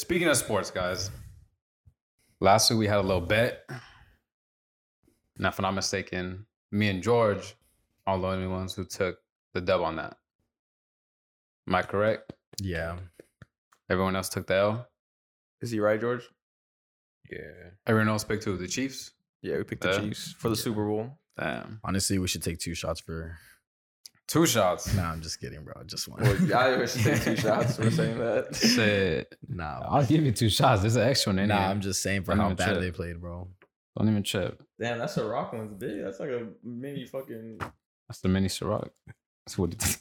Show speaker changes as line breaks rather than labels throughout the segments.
Speaking of sports, guys, last week we had a little bet. Now, if I'm not mistaken, me and George are the only ones who took the dub on that. Am I correct?
Yeah.
Everyone else took the L.
Is he right, George?
Yeah.
Everyone else picked who? The Chiefs.
Yeah, we picked the
Uh, Yeah.
Chiefs for the Super Bowl.
Damn,
Honestly, we should take two shots for.
two shots.
Nah, I'm just kidding, bro. Just one.
Or, I wish they took two shots for saying that.
Shit,
Nah,
I'll give you two shots. There's an extra one in
nah.
here.
I'm just saying for
I'm
how
gonna
bad
chip.
they played, bro.
Don't even chip.
Damn, that's a rock one's big. That's like a mini fucking.
That's the mini Ciroc. That's what. It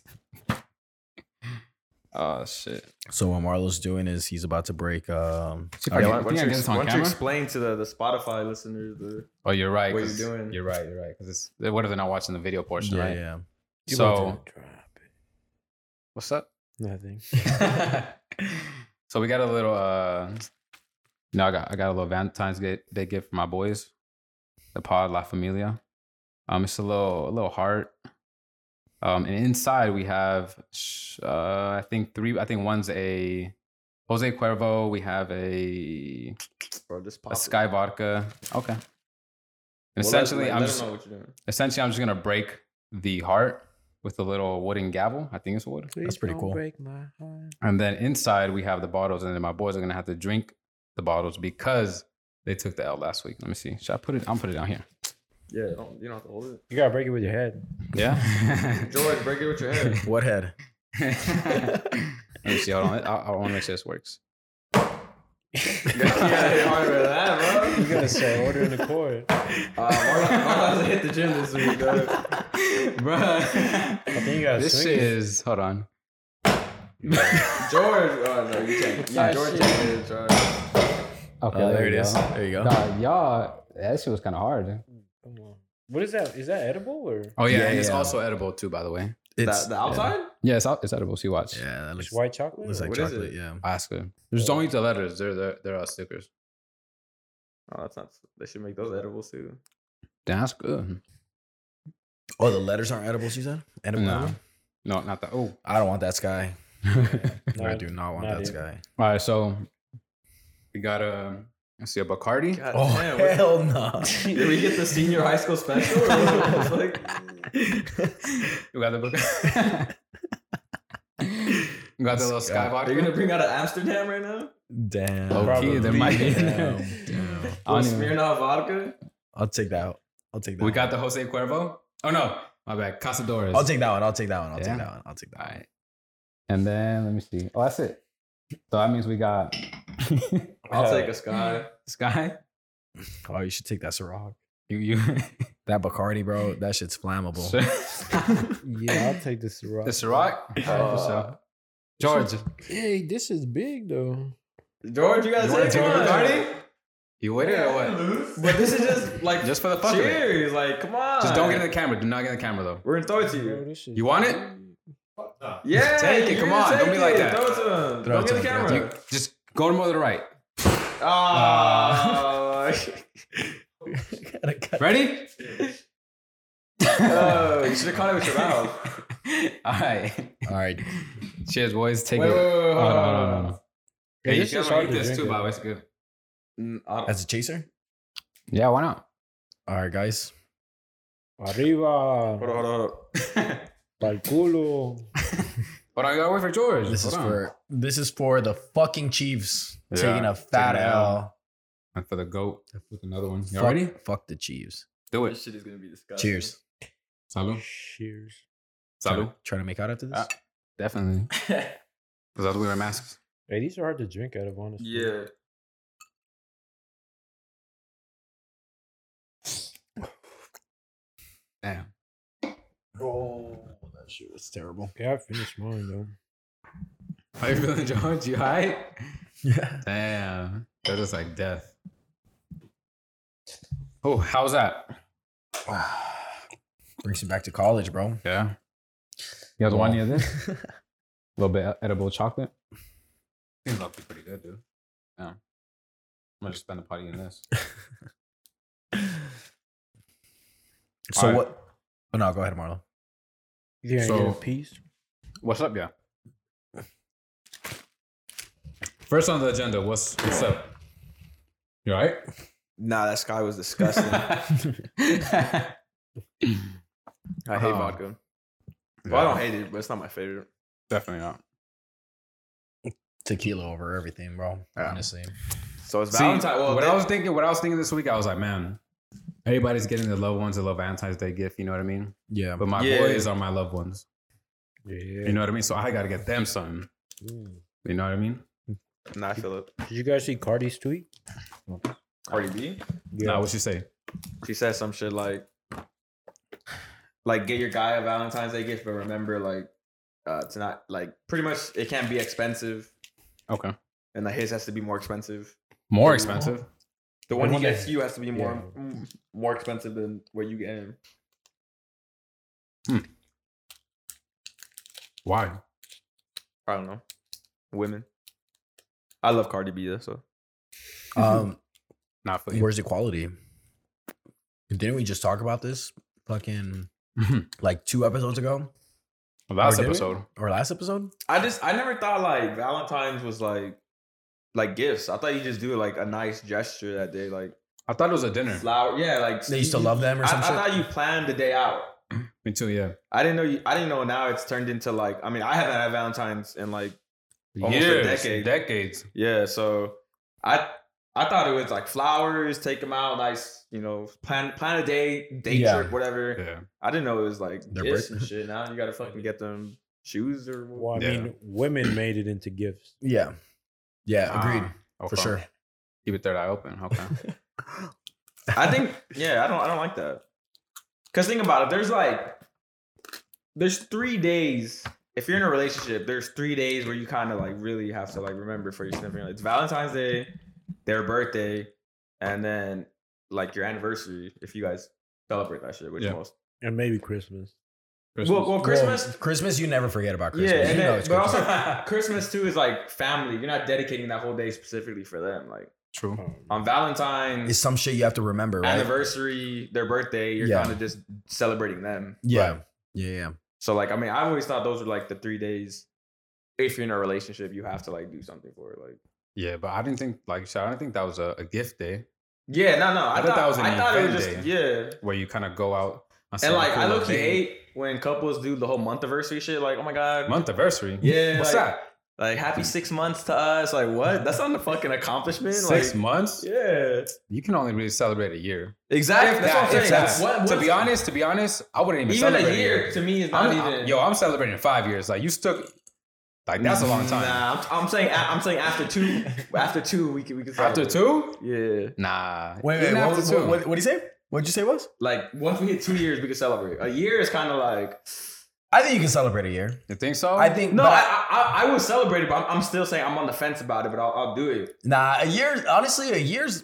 oh shit.
So what Marlo's doing is he's about to break. Um,
See,
our-
Yeah,
Yeah,
why-
why,
why don't you
don't you,
get this on camera?
explain to the, the Spotify listeners the
Oh, you're right.
What you
'cause-
doing?
You're right. You're right. Because what if they're not watching the video portion,
yeah,
right?
yeah.
So what's up?
Nothing.
so we got a little. uh No, I got I got a little Valentine's Day, Day gift for my boys, the Pod La Familia. Um, it's a little a little heart. Um, and inside we have, sh- uh, I think three. I think one's a Jose Cuervo. We have a
bro. Just pop
a
it.
Sky Vodka. Okay. And
Well, let-
essentially,
let-
I'm
let
just
them know what you're doing.
essentially I'm just gonna break the heart with a little wooden gavel. I think it's wood.
That's pretty cool.
Break my heart.
And then inside we have the bottles, and then my boys are gonna have to drink the bottles because they took the L last week. Let me see. Should I put it? I'm put it down here.
Yeah, don't, you don't have to hold it.
You gotta break it with your head.
Yeah.
George, break it with your hand.
What head?
Let me see. Hold on. I, I want to make sure this works.
you gotta hit harder than
You
that,
gotta say order in the court.
bro. Uh, Marlon, Marlon's hit the gym this week, dog.
I
Bruh.
think you gotta
This
swing
shit
it.
is. Hold on.
George, oh no, you can't. Yeah,
Ah,
George
shit.
can't hit it, George.
Okay.
Oh, there,
we
it
go.
is. There you go.
Nah, y'all. That shit was kind of hard.
Come on. What is that? Is that edible or
Oh yeah,
Yeah,
and it's
yeah.
also edible too, by the way.
It's
The, the outside?
Yeah, it's, out- it's edible. See, watch.
Yeah, that looks,
just white chocolate?
looks
or-
like
What is
chocolate.
it?
Yeah.
Oscar. There's don't eat the letters. They're they're, they're uh, stickers.
Oh, that's not. They should make those edibles too.
Damn, that's good.
Oh, the letters aren't edibles. You said edible.
No.
edible?
No, not that. Oh.
I don't want that sky. I
Nah,
do not want
not
that
even.
sky.
All right, so we got a let's see a Bacardi.
God
Oh
damn, what-
hell no!
Did we get the senior high school special? Or what? Like,
We got the Bac- we got the little sky
Scott.
are
vodka.
you gonna bring out of Amsterdam right now?
Damn.
Low key, there might be.
Damn. Damn.
I don't
Little
even-
Smirnoff vodka.
I'll take that. out. I'll take that.
we
one.
got the Jose Cuervo. Oh no, my bad. Casadores.
I'll take that one. I'll take that one. I'll
Yeah.
take that one. I'll take that.
All
One.
right. And then let me see. Oh, that's it. So that means we got
I'll take a sky.
Sky.
Oh, you should take that Ciroc.
You you.
That Bacardi, bro. That shit's flammable.
Yeah, I'll take this rock.
the Ciroc. All right, for
Uh,
sure. George,
Hey, this is big though.
George, you gotta
You
take
wanna
it.
take a
Bacardi?
you with it or what?
But this is just like
Just for the fuck of it.
cheers. Like, come on.
Just don't get in the camera. Do not get in the camera though.
We're gonna throw it to
Bro,
you.
this is
You want it?
Yeah,
Take it,
you
come
can
on,
take
don't be like
it.
that.
Throw it to him.
Throw
don't
it
get
to
the
him,
camera.
throw it
You- just go more to the right.
Ah.
Ready?
Oh, you should have caught it with your mouth.
All right.
All right.
Cheers, boys. Take
Wait, wait,
it.
wait, wait,
Hold on, hold on, hold on.
Yeah,
Hey, you
this
can
is
eat
hard to
this
drink eh?
too,
it.
by the way. It's good.
Mm, I don't-
As a chaser.
Yeah, why not?
All right, guys.
Arriba,
Hold on, hold on, hold on.
pal culo.
But I gotta wait for George.
This is
Hold on.
for this is for the fucking Chiefs
Yeah.
taking a fat
Taking an
L.
and for the goat. With another one. You
Fuck-
ready?
Fuck the Chiefs.
Do
This
it.
shit is gonna be disgusting.
Cheers.
Salud.
Cheers.
Salud.
Trying to make out after this.
Ah. Definitely. Because I was wearing masks.
Hey, these are hard to drink out of, honestly.
yeah.
Damn.
Oh, that shit was terrible.
Yeah, I finished mine though.
How you feeling, George? You hype?
Yeah.
Damn. They're just like death. Oh, how's that?
Brings me back to college, bro.
Yeah. You guys want
want any
any of this? A little bit edible chocolate. Seems like pretty good, dude. Yeah. I'm gonna just spend the party in this. All
So
right.
what? Oh no, go ahead, Marlo.
Yeah,
So-
piece.
What's up, yeah? First on the agenda, what's what's up? You all right?
Nah, that sky was disgusting. I hate
Uh-huh.
vodka. Well, I don't hate it, but it's not my favorite.
Definitely not.
Tequila over everything, bro.
Yeah.
Honestly.
So it's
See,
Valentine. Well,
what
they-
I was thinking, what I was thinking this week, I was like, man, everybody's getting the loved ones a little Valentine's Day gift. You know what I mean?
Yeah.
But my
Yeah.
boys are my loved ones.
Yeah.
You know what I mean? So I got to get them something.
Mm.
You know what I mean?
Nah, Philip.
Did you guys see Cardi's tweet?
Cardi B.
Yeah. Nah, what you say?
She said some shit like, like get your guy a Valentine's Day gift, but remember, like, uh, to not like pretty much it can't be expensive,
Okay.
and like his has to be more expensive.
More
Yeah.
expensive.
The one he
wonder-
gets you has to be more
Yeah.
mm, more expensive than what you get him.
Why?
I don't know. Women. I love Cardi B though, so
Um,
Not for you.
where's equality? Didn't we just talk about this fucking
Mm-hmm.
like two episodes ago
Last
Or did we?
episode.
or last episode?
I just I never thought like Valentine's was like like gifts. I thought you just do like a nice gesture that day, like
I thought it was a dinner.
flower. Yeah, like
They used to love them
I,
or
I
some shit.
thought you planned the day out.
Me too, yeah.
I didn't know you. I didn't know now it's turned into like. I mean, I haven't had Valentine's in like Almost a
Years,
decade.
Decades.
yeah. So I I thought it was like flowers, take them out, nice. You know, plan plan a day, day
Yeah.
trip, whatever.
Yeah.
I didn't know it was like
Their
gifts
birth-
and shit. Now you gotta fucking get them shoes or
Well, I
Yeah.
mean, women made it into gifts.
Yeah. Yeah, agreed.
Ah,
for
okay.
sure.
Keep it third eye open. Okay.
I think yeah, I don't I don't like that. Cause think about it, there's like there's three days. If you're in a relationship, there's three days where you kind of like really have to like remember for your significant. It's Valentine's Day, their birthday, and then like your anniversary if you guys celebrate that shit. Which
Yeah.
most
And maybe Christmas.
Christmas.
well, well Christmas.
Well, Christmas, you never forget about
yeah,
Christmas.
and
you know
then,
it's
but
Christmas.
also Christmas too is like family. You're not dedicating that whole day specifically for them. Like
True.
Um,
on Valentine's,
it's some shit you have to remember, right?
anniversary, their birthday, you're
Yeah.
kind of just celebrating them.
Yeah.
Right.
Yeah, yeah.
So like, I mean, I always thought those were like the three days. If you're in a relationship, you have to like do something for it. Like,
Yeah, but I didn't think like you said, I didn't think that was a, a gift day
yeah, no, no. I, thought, that was.
an
I thought it was just
event
yeah.
where you kind of go out on
And
some
like, I
cool
look he
thing.
hate when couples do the whole month anniversary shit. Like, oh my god,
month anniversary.
Yeah,
What's
like-
that?
like happy six months to us. Like, what? That's not a fucking accomplishment.
Six
like,
months?
Yeah,
You can only really celebrate a year.
exactly. That's what I'm saying.
Exactly.
What-
to
what's-
be honest, to be honest, I wouldn't even,
even
celebrate
a year to me is not
I'm, I'm-
even.
yo, I'm celebrating five years. Like you stuck. Like that's a long time.
Nah, I'm, I'm saying I'm saying after two, after two, we can we can
After
celebrate.
two?
Yeah,
Nah.
Wait, wait,
even
what,
after
was-
two.
what, what, what'd you say? What'd you say was?
like once we hit two years, we can celebrate. A year is kind of like
I think you can celebrate a year.
You think so?
I think
no.
but
I, I I I will celebrate it, but I'm, I'm still saying I'm on the fence about it. But I'll, I'll do it.
Nah, a year. Honestly, a year's.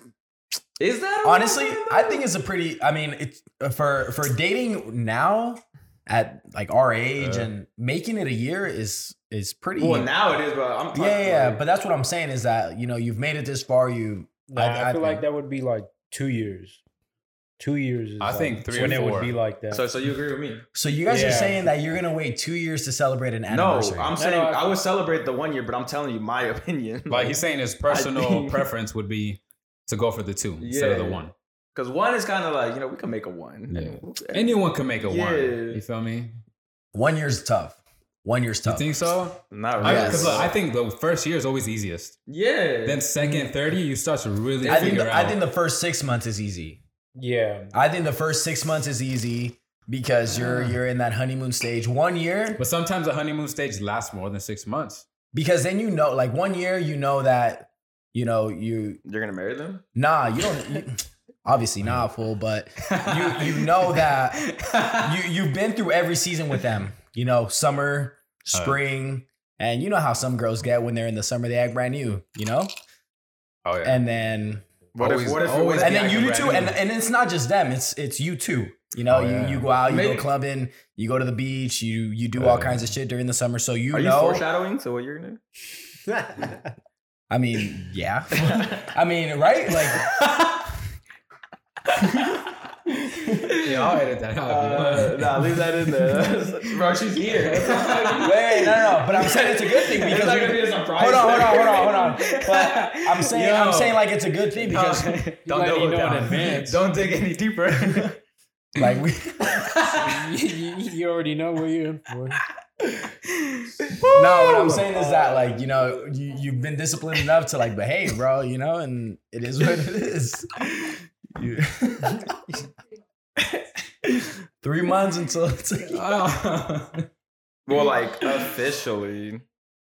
Is that a
Honestly,
real thing,
I
though?
think it's a pretty. I mean, it's uh, for for dating now, at like our age
Yeah.
and making it a year is is pretty.
well now it is, but I'm talking
yeah, yeah,
like-
but that's what I'm saying is that you know you've made it this far. You,
Nah,
I-
I,
I
feel like
think-
that would be like two years. Two years. Is
I
like
think three or
when it
four.
would be like that.
so so you agree with me?
so you guys are
Yeah.
saying that you're gonna wait two years to celebrate an
No,
anniversary.
I'm
no,
saying
I-
I would celebrate the one year, but I'm telling you my opinion.
like he's saying his personal
think-
preference would be to go for the two instead of the
Yeah.
one.
because one is kind of like you know we can make a one.
Anyone can make a one.
Yeah.
You feel me?
One year's tough. One year's
You
tough.
think so?
Not
I,
really.
Yes.
Because look, I think the first year is always easiest.
yeah.
Then second, thirty, you start to really
I think
figure
the,
out.
I think the first six months is easy.
yeah.
I think the first six months is easy because you're you're in that honeymoon stage. One year,
but sometimes the honeymoon stage lasts more than six months.
because then you know, like one year, you know that you know you
You're gonna marry them?
nah you don't you, obviously nah fool, but you you know that you you've been through every season with them. You know, summer, spring, and you know how some girls get when they're in the summer, they act brand new. You know,
Oh yeah.
and then
What
Always-
if what if
always
what if
be
and then
acting
you do
brand
too, and
new.
and it's not just them. It's it's you too. You know,
Oh, yeah.
you, you go out, you
Maybe-
go clubbing, you go to the beach, you you do all
Yeah.
kinds of shit during the summer. So you
are you
know,
foreshadowing to what you're gonna? do?
I mean, yeah, I mean, right? Like,
Yeah, I'll edit that out.
Uh, nah, leave that in there. Bro, she's here. wait,
wait, no, no, no, but I'm saying it's a good thing because
it's not
we-
gonna be a surprise.
Hold on, hold on, hold on, hold on. But I'm saying
Yo.
I'm saying like it's a good thing because
Don't
do
double down.
Don't dig any deeper.
like we
you, you- you already know what you're in for.
No, what I'm saying is that like, you know, you, you've been disciplined enough to like behave, bro, you know, and it is what it is. You- Three months until
well, like officially.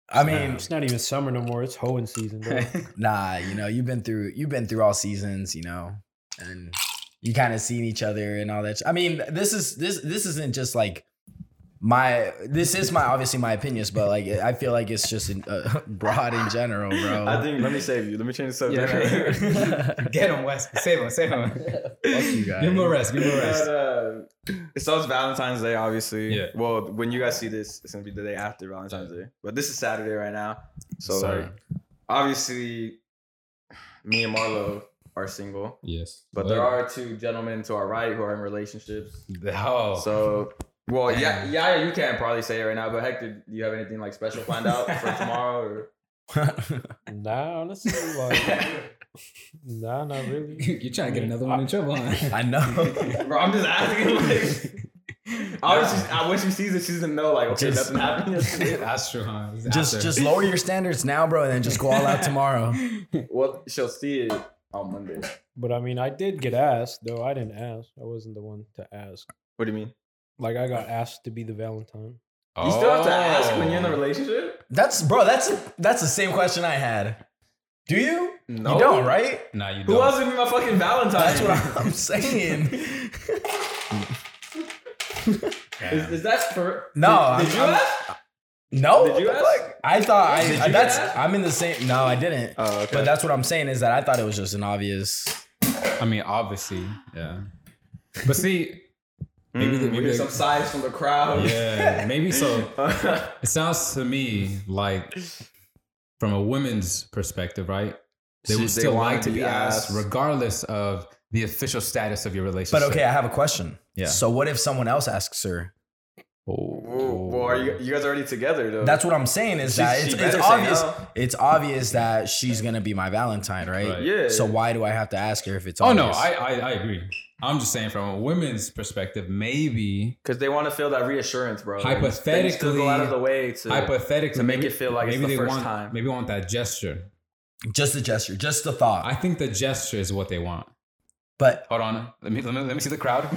I mean,
it's not even summer no more. It's hoeing season. Bro.
nah, you know, you've been through you've been through all seasons, you know, and you kind of seen each other and all that. sh- I mean, this is this this isn't just like my this is my obviously my opinions, but like I feel like it's just in, uh, broad in general, bro.
I think. Let me save you. Let me change the subject.
Get him, Wes. Save him. Save him.
you
Give him a rest. Give him a rest.
But, uh, it's also Valentine's Day, obviously.
Yeah.
Well, when you guys see this, it's gonna be the day after Valentine's Day. But this is Saturday right now, so
Sorry.
like, obviously, me and Marlo are single,
Yes.
but there are two gentlemen to our right who are in relationships.
Oh.
So, well, yeah, yeah, yeah, you can't probably say it right now. But Hector, do you have anything like special planned out for tomorrow? Or?
Nah, honestly, like, nah, not really.
You're trying to get another one in trouble, huh?
I know.
Bro, I'm just asking. Like, obviously, I, when she sees it, she's gonna know. Like, okay,
Just-
nothing happened yesterday.
That's true, huh? He's
just
after.
just lower your standards now, bro, and then just go all out tomorrow.
Well, she'll see it on Monday.
But I mean, I did get asked, though. I didn't ask. I wasn't the one to ask.
What do you mean?
Like, I got asked to be the Valentine.
Oh.
You still have to ask when you're in a relationship?
That's bro, that's that's the same question I had. Do you?
No.
You don't, right?
Nah, you
Who
don't.
else would be my fucking Valentine?
That's what I'm saying.
Is, is that for?
No,
Did,
I'm-
did you
I'm-
ask?
No,
Did you
what the
ask?
fuck? I thought I,
Did
I-
you
that's
ask?
I'm in the same. No, I didn't.
Oh, okay.
But that's what I'm saying is that I thought it was just an obvious.
I mean, obviously, yeah. But see,
Mm, maybe,
maybe the- maybe the-
some sighs from the crowd.
yeah, maybe so. It sounds to me like, from a woman's perspective, right? They
She-
would still
wanna
like to be asked,
asked.
regardless of the official status of your relationship.
But okay, I have a question.
Yeah.
So what if someone else asks her?
Ooh, well, are you, you guys already together though?
That's what I'm saying is that
she
it's, it's
better say
obvious.
no.
It's obvious that she's gonna be my Valentine, right?
Right.
yeah.
So why do I have to ask her if it's?
Oh no,
obvious?
I, I I agree. I'm just saying from a women's perspective, maybe
because they want to feel that reassurance, bro. Like, things to go
Hypothetically-
out of the way to.
hypothetically
to make
maybe-
it feel like it's
maybe
the
they
first
want,
time.
Maybe want that gesture.
just the gesture, just the thought.
I think the gesture is what they want.
but
Hold on, let me let me, let me see the crowd.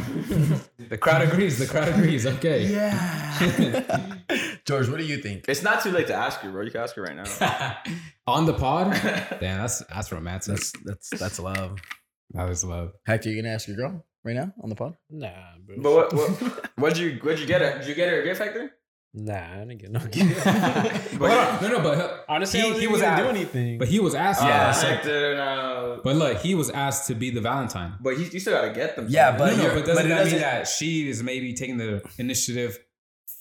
the crowd agrees. The crowd agrees. Okay.
yeah, George, what do you think?
it's not too late to ask you, bro. You can ask her right now.
On the pod? Damn, that's that's romantic.
That's that's that's love.
that was love.
Hector, you gonna ask your girl right now on the pod?
Nah, bro.
but what what what'd you what'd you get her? Did you get her a gift, Hector?
Nah, I didn't get no gift.
But hold on, no, no, but
Honestly,
he,
I
he
wasn't
was
even gonna
asked,
do anything.
but he was asked.
Uh,
Yeah,
to-
so-
Hector, no.
but look, he was asked to be the Valentine.
But he, you still gotta get them.
Yeah,
No,
But
no,
you're-
but doesn't
but it
that
doesn't-
mean that she is maybe taking the initiative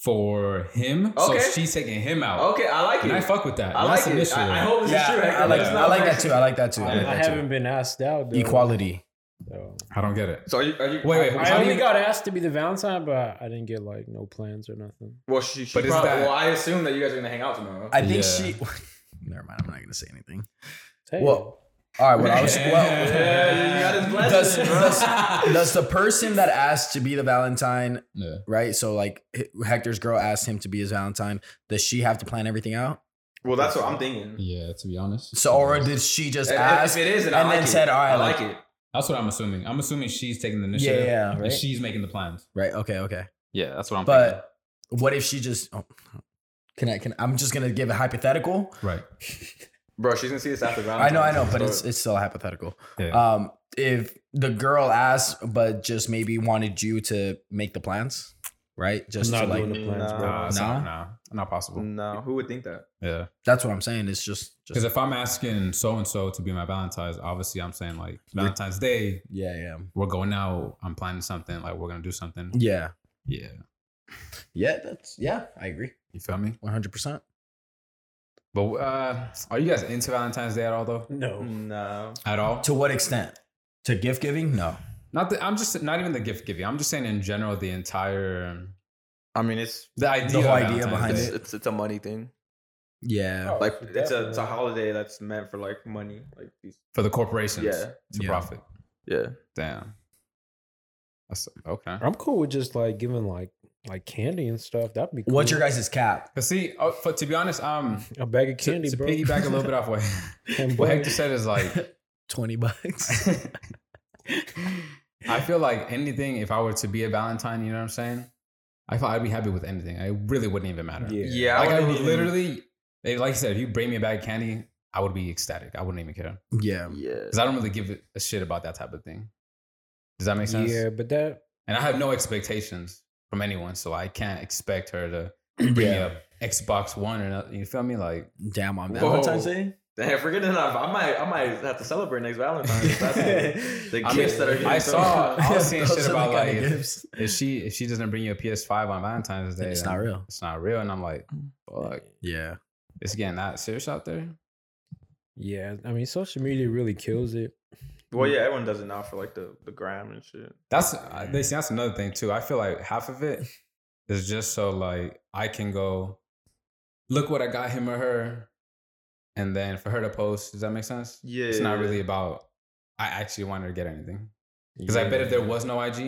for him?
Okay.
So she's taking him out.
Okay, I like it.
And I fuck with that.
I
That's
like it.
initiative.
I, I hope this is true. Hector.
I like,
It's
I
not
like
fair.
that too. I like that too. I
I,
like
I
that too.
haven't been asked out. Though,
Equality.
So.
I don't get it.
So are you? Are you
Wait, wait,
I
how do
only
you-
got asked to be the Valentine, but I didn't get like no plans or nothing.
Well, she, she
But is
probably,
that-
well, I assume that you guys are gonna hang out tomorrow.
I think
Yeah.
she. Never mind. I'm not gonna say anything.
Hey,
Well, all right. What I was. Well,
yeah, you got his
does,
blessing, bro.
does, does the person that asked to be the Valentine
Yeah.
right? So like H- Hector's girl asked him to be his Valentine. Does she have to plan everything out?
Well, that's what I'm thinking.
Yeah, to be honest.
So or did she just
If-
ask?
if it is, and,
and
I
then
like
said,
it.
"All right,
I
like-
like it."
That's what I'm assuming. I'm assuming she's taking the
yeah,
initiative.
yeah,
And
right,
she's making the plans.
right. Okay, okay.
Yeah, that's what I'm
But what if she just? Oh, can I? Can I'm just gonna give a hypothetical.
thinking. Right.
Bro, she's gonna see this after Valentine's.
I know, I know, but
so-
it's it's still hypothetical.
Yeah.
Um, if the girl asked, but just maybe wanted you to make the plans, right?
I'm
Just to
not
like
doing the plans,
nah.
bro.
Nah, Uh, it's not-
nah?
nah, not possible.
no. Who would think that?
Yeah.
that's what I'm saying. It's just
Because
just
if I'm asking so and so to be my Valentine's, obviously I'm saying like Valentine's Day,
yeah, yeah,
we're going out, I'm planning something, like we're gonna do something.
yeah,
Yeah.
yeah. That's yeah. I agree,
You feel me?
one hundred percent.
But uh are you guys Oh. into Valentine's Day at all though?
No.
No.
At all?
To what extent? To gift giving? No.
Not that I'm just not even the gift giving. I'm just saying in general the entire
I mean, it's
the idea
whole
of
idea
Valentine's
behind
Day.
it's, it's it's a money thing.
Yeah.
Oh,
Like
for
it's a it's a
definitely.
holiday that's meant for like money. Like these.
for the corporations
Yeah.
to
Yeah.
profit.
Yeah.
Damn. That's okay.
I'm cool with just like giving like like candy and stuff. That'd be cool.
What's your guys' cap?
But see, oh, but to be honest, um,
a bag of
to,
candy,
to
bro?
piggyback a little bit off what,
And
what
bag-
Hector said is like,
20 bucks.
I feel like anything. If I were to be a Valentine, you know what I'm saying? I feel I'd be happy with anything. It really wouldn't even matter.
Yeah.
Yeah.
like I
wouldn't
would
even-
literally, like I said, if you bring me a bag of candy, I would be ecstatic. I wouldn't even care
yeah.
Yeah.
because I don't really give a shit about that type of thing. Does that make sense?
yeah, but that
And I have no expectations from anyone, so I can't expect her to bring me a Xbox One or nothing. You feel me? Like
Damn on
Whoa.
Valentine's Day?
Damn, forget that. I might I might have to celebrate next Valentine's. That's the
I
gifts
mean,
that are.
I
getting thrown
saw-
out.
I was seeing
Those
shit
are the
about,
kinda
like,
gifts.
if she if she doesn't bring you a PS5 on Valentine's Day,
It's
then
not real.
It's not real. And I'm like, fuck,
Yeah.
it's getting that serious out there.
yeah, I mean social media really kills it.
Well, yeah, everyone does it now for like the the gram and shit.
That's I- they see, that's another thing too. I feel like half of it is just so like I can go look what I got him or her, and then for her to post. Does that make sense?
Yeah.
It's not really about I actually want her to get anything because I bet if there was no IG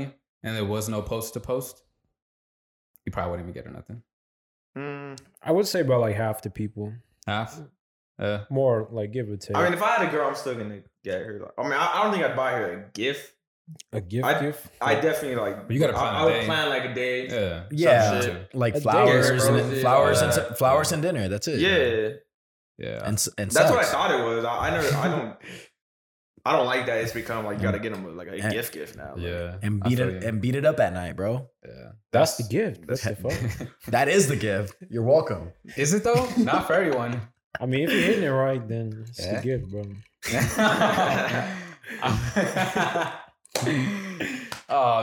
and there was no post to post, you probably wouldn't even get her nothing.
Mm.
I would say about like half the people.
Half.
Mm.
Uh,
More like give or take.
I mean, if I had a girl, I'm still gonna get her. Like, I mean, I, I don't think I'd buy her a gift.
a gift
I-
gift.
I definitely like.
But you gotta plan
I,
a
I would
day.
plan like a day. Yeah.
yeah.
Yeah.
shit.
too.
Like
A
flowers
dare,
and
bro.
flowers
Yeah.
and s- flowers and dinner. That's it.
Yeah.
And s- and
That's what I
sex.
thought it was. I, I never. I don't. I don't like that. It's become like you gotta get them like a
Yeah.
gift gift now. Like,
Mm. Eh. yeah.
And
I
beat
feel
it
you.
and beat it up at night, bro.
yeah.
that's the gift. That's the fuck.
That is the gift. You're welcome.
Is it though? Not for everyone.
I mean, if you're hitting it right, then it's
Yeah.
the gift, bro.
oh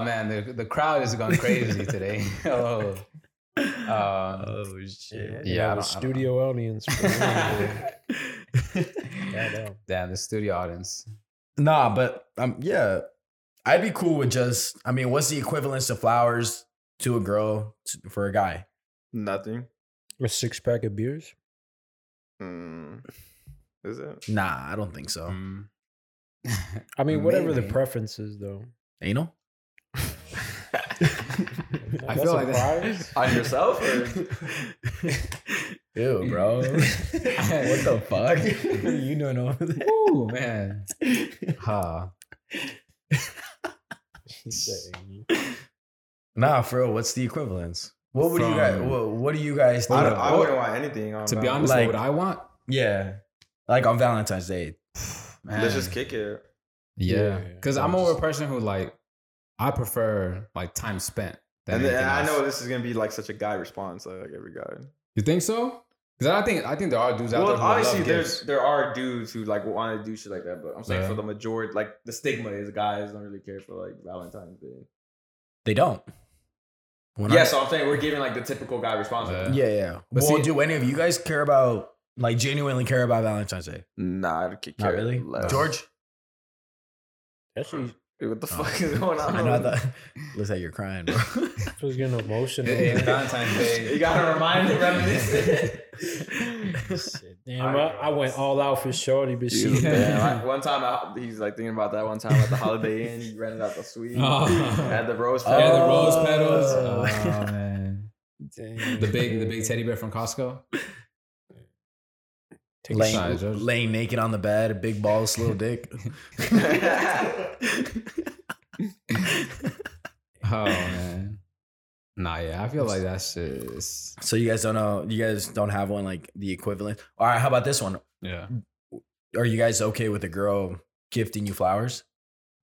man, the the crowd is going crazy today. oh. Uh,
Oh,
shit.
You
Yeah, I don't- I
know,
don't know.
the studio audience. bro. Goddamn.
Damn, the studio audience.
Nah, but um, yeah, I'd be cool with just. I mean, what's the equivalence to flowers to a girl to, for a guy?
Nothing.
A six pack of beers.
Mm. Is it?
Nah, I don't think so.
Um,
I mean, whatever the
Maybe.
preference is, though.
Anal?
I
That's
feel
a
like
prize?
that-
On yourself? Or?
Ew, bro. what the fuck? you doing over there?
Ooh man. Huh.
He said,
Nah, for real. What's the equivalence? What would you guys?
From-
What, what do you guys think?
I, don't,
of-
I wouldn't want anything. On
To be
Valentine's.
honest,
Like-
what I want,
yeah, like on Valentine's Day.
man.
let's just kick it.
Yeah,
Yeah,
because
I'm
I'm more
just-
a person who like I prefer like time spent. Than
And then,
anything
I
else.
know this is gonna be like such a guy response, like every guy.
You think so? Because I think I think there are dudes out
Well,
there. Who obviously,
obviously,
love
there's
gifts.
there are dudes who like want to do shit like that, but I'm saying
Yeah.
for the majority, like the stigma is guys don't really care for like Valentine's Day.
They don't. When I-
yeah, so I'm saying we're giving like the typical guy response.
Yeah.
yeah, yeah.
But
well,
see-
do any of you guys care about like genuinely care about Valentine's Day?
Nah, I don't care.
Not really,
less.
George.
Actually,
Dude, what the
Oh.
fuck is going on?
I know. I thought, looks like you're crying, bro.
I was getting emotional.
It- it's Valentine's
you
Day.
gotta remind him reminisce.
Shit, Damn, I, I went all out for Shorty, but she.
Yeah.
Damn, I- one time, I, he's like thinking about that. One time at the Holiday Inn, he rented out the suite.
Oh.
Had the rose
Yeah, the rose
Oh.
petals. Oh man,
Damn,
the big the
dude.
big teddy bear from Costco.
Take a
Sorry,
shot.
laying,
George.
laying naked on the bed, a big balls, little dick.
Oh man, nah, yeah, I feel like that shit. Is,
so you guys don't know. You guys don't have one like the equivalent. All right, how about this one?
yeah,
Are you guys okay with a girl gifting you flowers?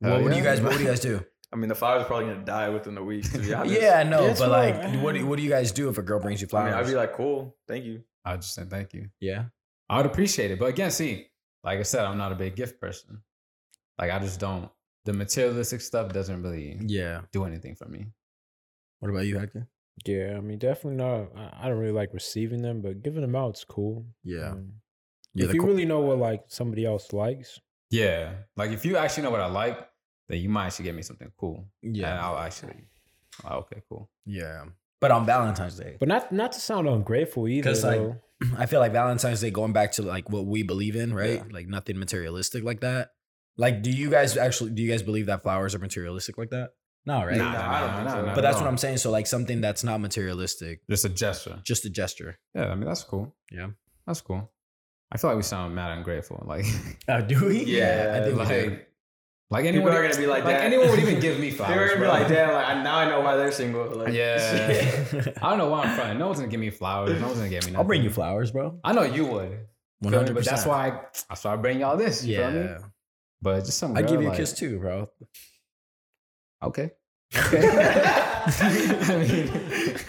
Hell
what would
yeah.
you guys? What would you guys do?
I mean, the flowers probably gonna die within a week. To be honest.
yeah, I know,
Yeah, it's
but
fine.
like, what do, what do you guys do if a girl brings you
I mean,
flowers?
I'd be like, cool, thank you.
I just said thank you.
yeah,
I would appreciate it, but again, see, like I said, I'm not a big gift person. Like I just don't. The materialistic stuff doesn't really
yeah.
do anything for me.
What about you, Hector?
Yeah, I mean, definitely not. I, I don't really like receiving them, but giving them out's cool.
Yeah,
Um,
You're
if
the
you
co-
really know what like somebody else likes,
Yeah, like if you actually know what I like, then you might actually get me something cool. Yeah,
Yeah.
I'll actually. Oh, okay, cool.
Yeah. But on Valentine's Day,
But not not to sound ungrateful either.
'Cause, like,
though.
I feel like Valentine's Day going back to like what we believe in, right?
Yeah.
Like nothing materialistic like that. Like, do you guys actually do you guys believe that flowers are materialistic like that? No, right?
Nah,
No,
nah,
I don't
nah,
think
nah,
so.
nah,
But that's
nah.
what I'm saying. So like something that's not materialistic,
Just a gesture.
just a gesture.
Yeah, I mean that's cool.
Yeah.
that's cool. I feel like we sound mad ungrateful. Like,
Uh, do we?
Yeah,
I think we do.
like, like
People
anyone
are gonna be like,
like
that.
anyone would even give me
They were
flowers.
gonna be
bro.
like, damn, like I- now I know why they're single. Like,
Yeah. I don't know why I'm crying. No one's gonna give me flowers. No one's gonna give me. Nothing.
I'll bring you flowers, bro.
I know you would.
One
feel me?
hundred
But
percent.
that's why I, that's why I bring y'all this. You yeah. Feel me?
Yeah,
But just some.
I
girl,
give you a
like,
kiss too, bro.
Okay. Okay. I mean,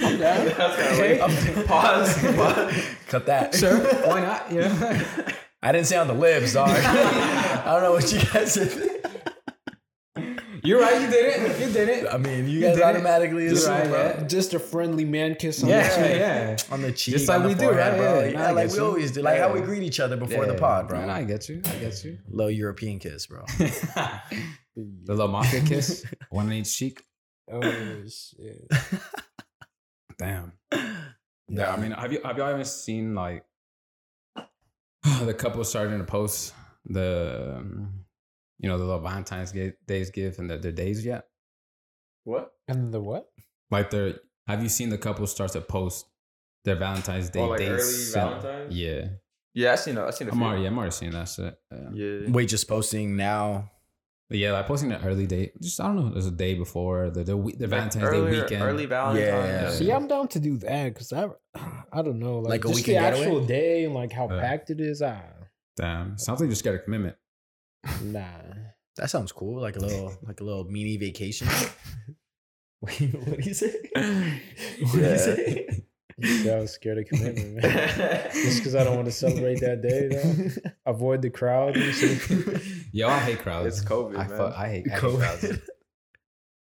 I'm down.
That's kind of late. Pause. Pause.
Cut that.
Sure. Why not? You know.
I didn't say on the lips, dog. I don't know what you guys did.
You're right. You did it. You did it.
I mean, you
You
guys
did it.
automatically
You're
assume,
right,
bro.
yeah.
Just a friendly man kiss on
Yeah.
the cheek.
Yeah.
on the cheek,
Just like
on the
we do,
forehead,
right?
bro.
Yeah,
Yeah,
nah, I
like
get
we
you.
always do, like how we
Yeah.
greet each other before
Yeah.
the pod, bro.
Man, I get you. I get you.
Low European kiss, bro.
The little mafia kiss, one on each cheek.
Oh shit.
Damn. Yeah, I mean, have you have y'all ever seen like the couple starting to post the um, you know the little Valentine's ga- days gift and their, their days yet?
What?
And the what?
Like their have you seen the couple start to post their Valentine's Day
Oh, like
dates?
early
sell-
Valentine's?
Yeah,
Yeah, I seen a, I seen a
I'm
few.
already I'm already seeing that shit. Yeah.
Yeah.
Wait, just posting now.
But yeah, like posting the early date. Just I don't know, there's a day before the the, we- the Valentine's Day
Earlier-
weekend.
Early Valentine's.
Yeah.
See, I'm down to do that because I, I don't know,
Like
like,
a
just the
weekend getaway? Uh.
actual day and like how
Yeah.
packed it is. Ah,
Damn, sounds like you just got a commitment.
nah.
That sounds cool. Like a little, like a little mini vacation. Wait, what do you say? What do
Yeah.
you say?
Yeah, I was scared of commitment, man. Just because I don't want to celebrate that day, though. avoid the crowd. and shit.
Yo, I hate crowds.
It's COVID,
I,
man.
fuck- I hate, I hate crowds.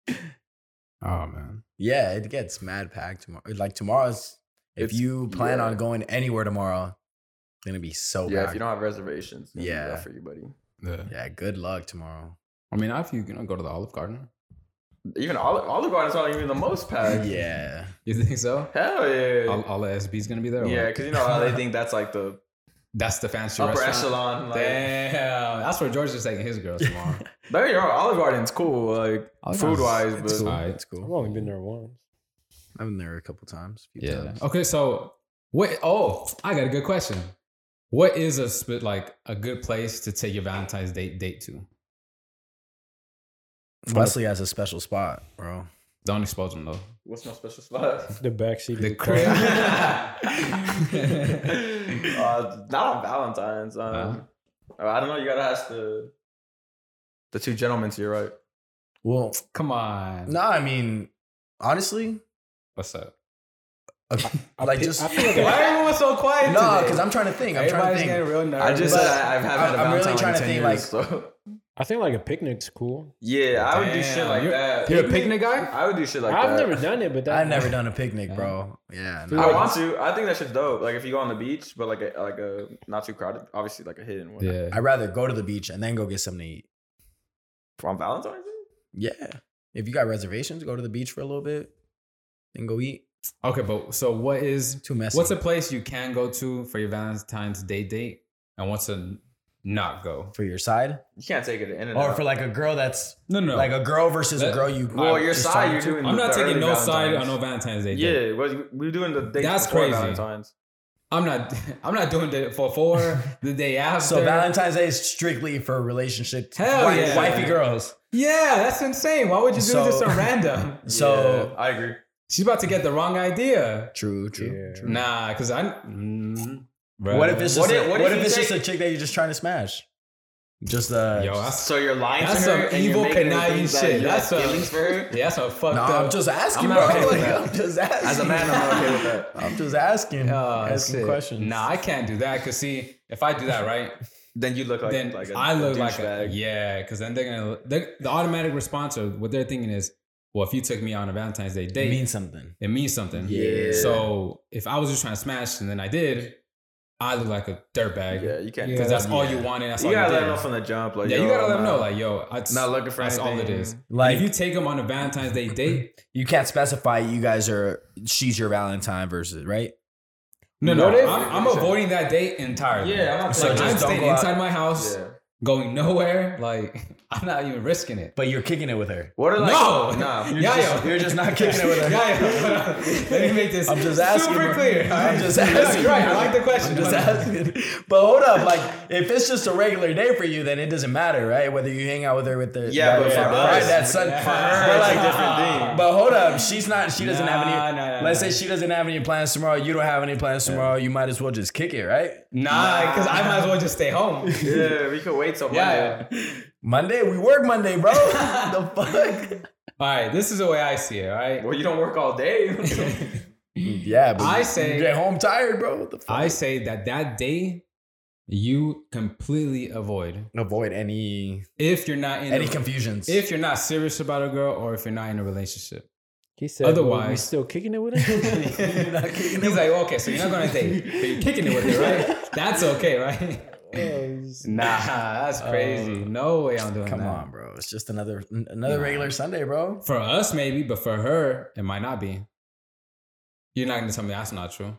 COVID.
Oh man.
Yeah, it gets mad packed tomorrow. Like tomorrow's, if
It's-
you plan
yeah.
on going anywhere tomorrow, it's gonna be so
yeah,
packed.
if you don't have reservations, then
Yeah.
yeah, for you, buddy.
Yeah.
yeah, good luck tomorrow.
I mean, if you you know go to the Olive Garden,
Even Olive, Olive Garden's probably even the most packed.
Yeah,
you think so?
Hell
All,
yeah.
all the SB's gonna be there. or
yeah,
what?
because you know how they think that's like the
that's the fancy
upper
restaurant.
echelon. Like,
Damn, that's where George is taking his girls tomorrow.
Don't get me wrong, Olive Garden's cool, like
Olive
food wise,
Garden's-
but
it's Alright.
it's cool.
I've only been there Oh, once.
I've been there a couple times. Few
Yeah.
times.
Okay, so wait. Oh, I got a good question. What is a sp- like a good place to take your Valentine's date date to?
Wesley has a special spot, bro.
Don't expose them though.
what's my special spot?
The backseat. of
The
the
crib.
car.
uh, not on Valentine's. Um, I don't know. You gotta ask the the two gentlemen to your right.
Well,
Come on.
no, I mean, honestly,
What's up?
like just
I
no,
feel like I-
everyone so quiet?
because I'm trying to think. I'm
Everybody's
trying to
getting
think.
real nervous.
I just uh,
But
said I, I've had
I'm-
a
I'm really
Valentine
trying to
in 10
think,
years, so.
I think like a picnic's cool.
yeah, I would do shit
Damn,
like
you're-
that.
You're a picnic guy?
I would do shit like
I've
that.
never done it, but that,
I've never done a picnic, bro. Yeah,
Dude,
no.
I want to. I think that shit's dope. Like if you go on the beach, but like a, like a not too crowded, obviously like a hidden one.
Yeah.
I'd rather go to the beach and then go get something to eat.
On Valentine's Day.
Yeah, if you got reservations, go to the beach for a little bit, then go eat.
Okay, but so what is
Too messy.
what's a place you can go to for your Valentine's Day date, and what's a not go?
for your side,
You can't take it in and
or
out.
for like a girl that's
No, no, no.
like a girl versus a
That-
girl you.
well, your
just
side,
talking
you're
to.
doing.
I'm
the
not taking
early
no side on
Valentine's.
no Valentine's Day. date.
Yeah, well, we- we're doing the day
That's
before
crazy.
Valentine's.
I'm not. I'm not doing it for four the day after.
So Valentine's Day is strictly for relationship.
Hell
wi-
yeah.
wifey girls.
Yeah, that's insane. Why would you do
So-
this on random?
So
Yeah, I agree.
She's about to get the wrong idea.
true, true,
Yeah.
true.
Nah, because I. Mm, bruh.
Hmm. What if it's just
What
a,
if-
what
what
if,
if you
it's just a
take-
chick that you're just trying to smash? Just uh,
Yo,
just-
that's
So you're lying
That's
to her.
some
and you're
evil
making her
conniving
think that
shit.
you
That's
have
a-
feelings for her.
yeah, that's a fucked
no,
up.
I'm just asking,
I'm
bro.
not okay with
Like,
that.
I'm just asking.
As a man, I'm not okay with that.
I'm just asking,
Oh,
asking
shit.
questions.
Nah, I can't do that. Cause see, if I do that right,
Then you look like
then
like a,
I look
a
like a,
douchebag.
yeah. Cause then they're gonna they're, the automatic response of what they're thinking is, well, if you took me on a Valentine's Day
it
date,
means something.
it means something.
Yeah.
So if I was just trying to smash and then I did, I look like a dirtbag.
Yeah, you can't.
Because that's all you
Yeah.
wanted. That's
You
all
gotta
you
let
did.
them know from the jump. Like,
yeah,
yo,
you gotta let
I'm
them know,
not-
like, yo, it's,
not looking for
that's all it
anything.
is. Like,
Like
if you take them on a Valentine's Day date,
you can't specify you guys are she's your Valentine versus right.
no, no,
What if-
I'm, I'm avoiding that date entirely.
Yeah, I'm not
so
playing
I'm
just don't
staying
go out-
inside my house,
Yeah.
going nowhere. Like, I'm not even risking it.
But you're kicking it with her.
What are like?
No!
nah.
You're Yeah,
just-
yo.
you're just not kicking it with her.
Yeah, yeah. Let me make this
I'm just asking,
super
bro.
clear.
I'm just
That's
asking.
right. I like the question.
I'm just asking. But hold up, like if it's just a regular day for you, then it doesn't matter, right? Whether you hang out with her with the that
Yeah, but for
Friday,
us-
that Sun,
Yeah.
for
But
her,
it's
like
a different thing.
But hold up, she's not. She doesn't have
Nah,
any.
nah, nah,
let's
nah.
say she doesn't have any plans tomorrow. You don't have any plans tomorrow. You might as well just kick it, right?
Nah, because I might as well just stay home.
Yeah, we could wait till
Yeah.
Monday.
Monday, we work Monday, bro. the fuck.
All right, this is the way I see it. All right.
Well, you don't work all day.
Yeah, but
I
you
say-
get home tired, bro. What the fuck?
I say that that day you completely avoid
Avoid any
if you're not in
any
a,
confusions.
if you're not serious about a girl or if you're not in a relationship.
He said, "Otherwise, we
Otherwise-
still kicking it with him."
you're not kicking
He's like, okay, so you're not gonna date, but you're kicking it with it, right? That's okay, right?
Oh,
Nah, that's crazy. no way I'm doing
Come
that.
on, bro. It's just another n- another
Nah.
regular Sunday, bro.
For us, maybe, but for her, it might not be. You're not gonna tell me that's not true.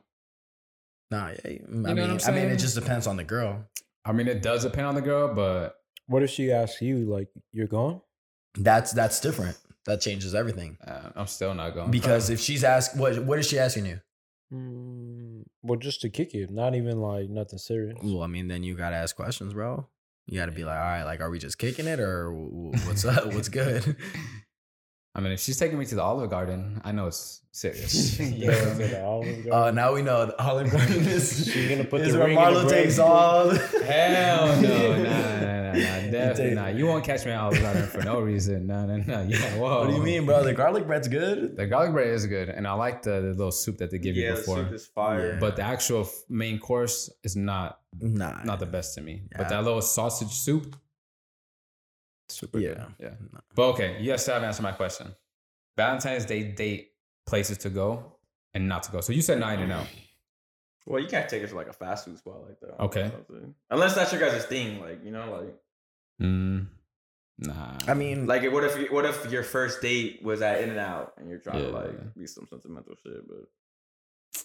Nah, yeah, I
what I'm
mean, I mean,
saying?
it just depends on the girl.
I mean, it does depend on the girl, but
what if she asks you, like, "You're gone"?
That's that's different. That changes everything.
uh, I'm still not going.
Because if she's asked, what what is she asking you?
Mm, well, just to kick it, not even like nothing serious.
Well, I mean, then you gotta ask questions, bro. You gotta be like, all right, like, are we just kicking it or w- w- what's up? What's good?
I mean, if she's taking me to the Olive Garden, I know it's serious.
Going to the Olive Garden.
Uh, now we know the Olive Garden is,
She's gonna put
is
the
where
ring in the
Marlo
bread.
takes all.
Hell no, nah, nah, nah, nah, nah, definitely
take-
not. You won't catch me at Olive Garden for no reason. No, no, no. Yeah, whoa.
what do you mean, bro? The garlic bread's good.
The garlic bread is good, and I like the, the little soup that they give
yeah,
you
the soup
before.
is fire.
But the actual f- main course is not
Nah,
not the best to me.
Yeah.
But that little sausage soup, super
Yeah.
good. Yeah. But okay, you guys still haven't answered my question. Valentine's Day date places to go and not to go. So you said nine and out.
Well, you can't take it for like a fast food spot like that.
Okay.
Unless that's your guys' thing, like you know, like
Mm, nah.
I mean, like,
like what if you, what if your first date was at In and Out and you're trying to
Yeah.
like be some sentimental shit, but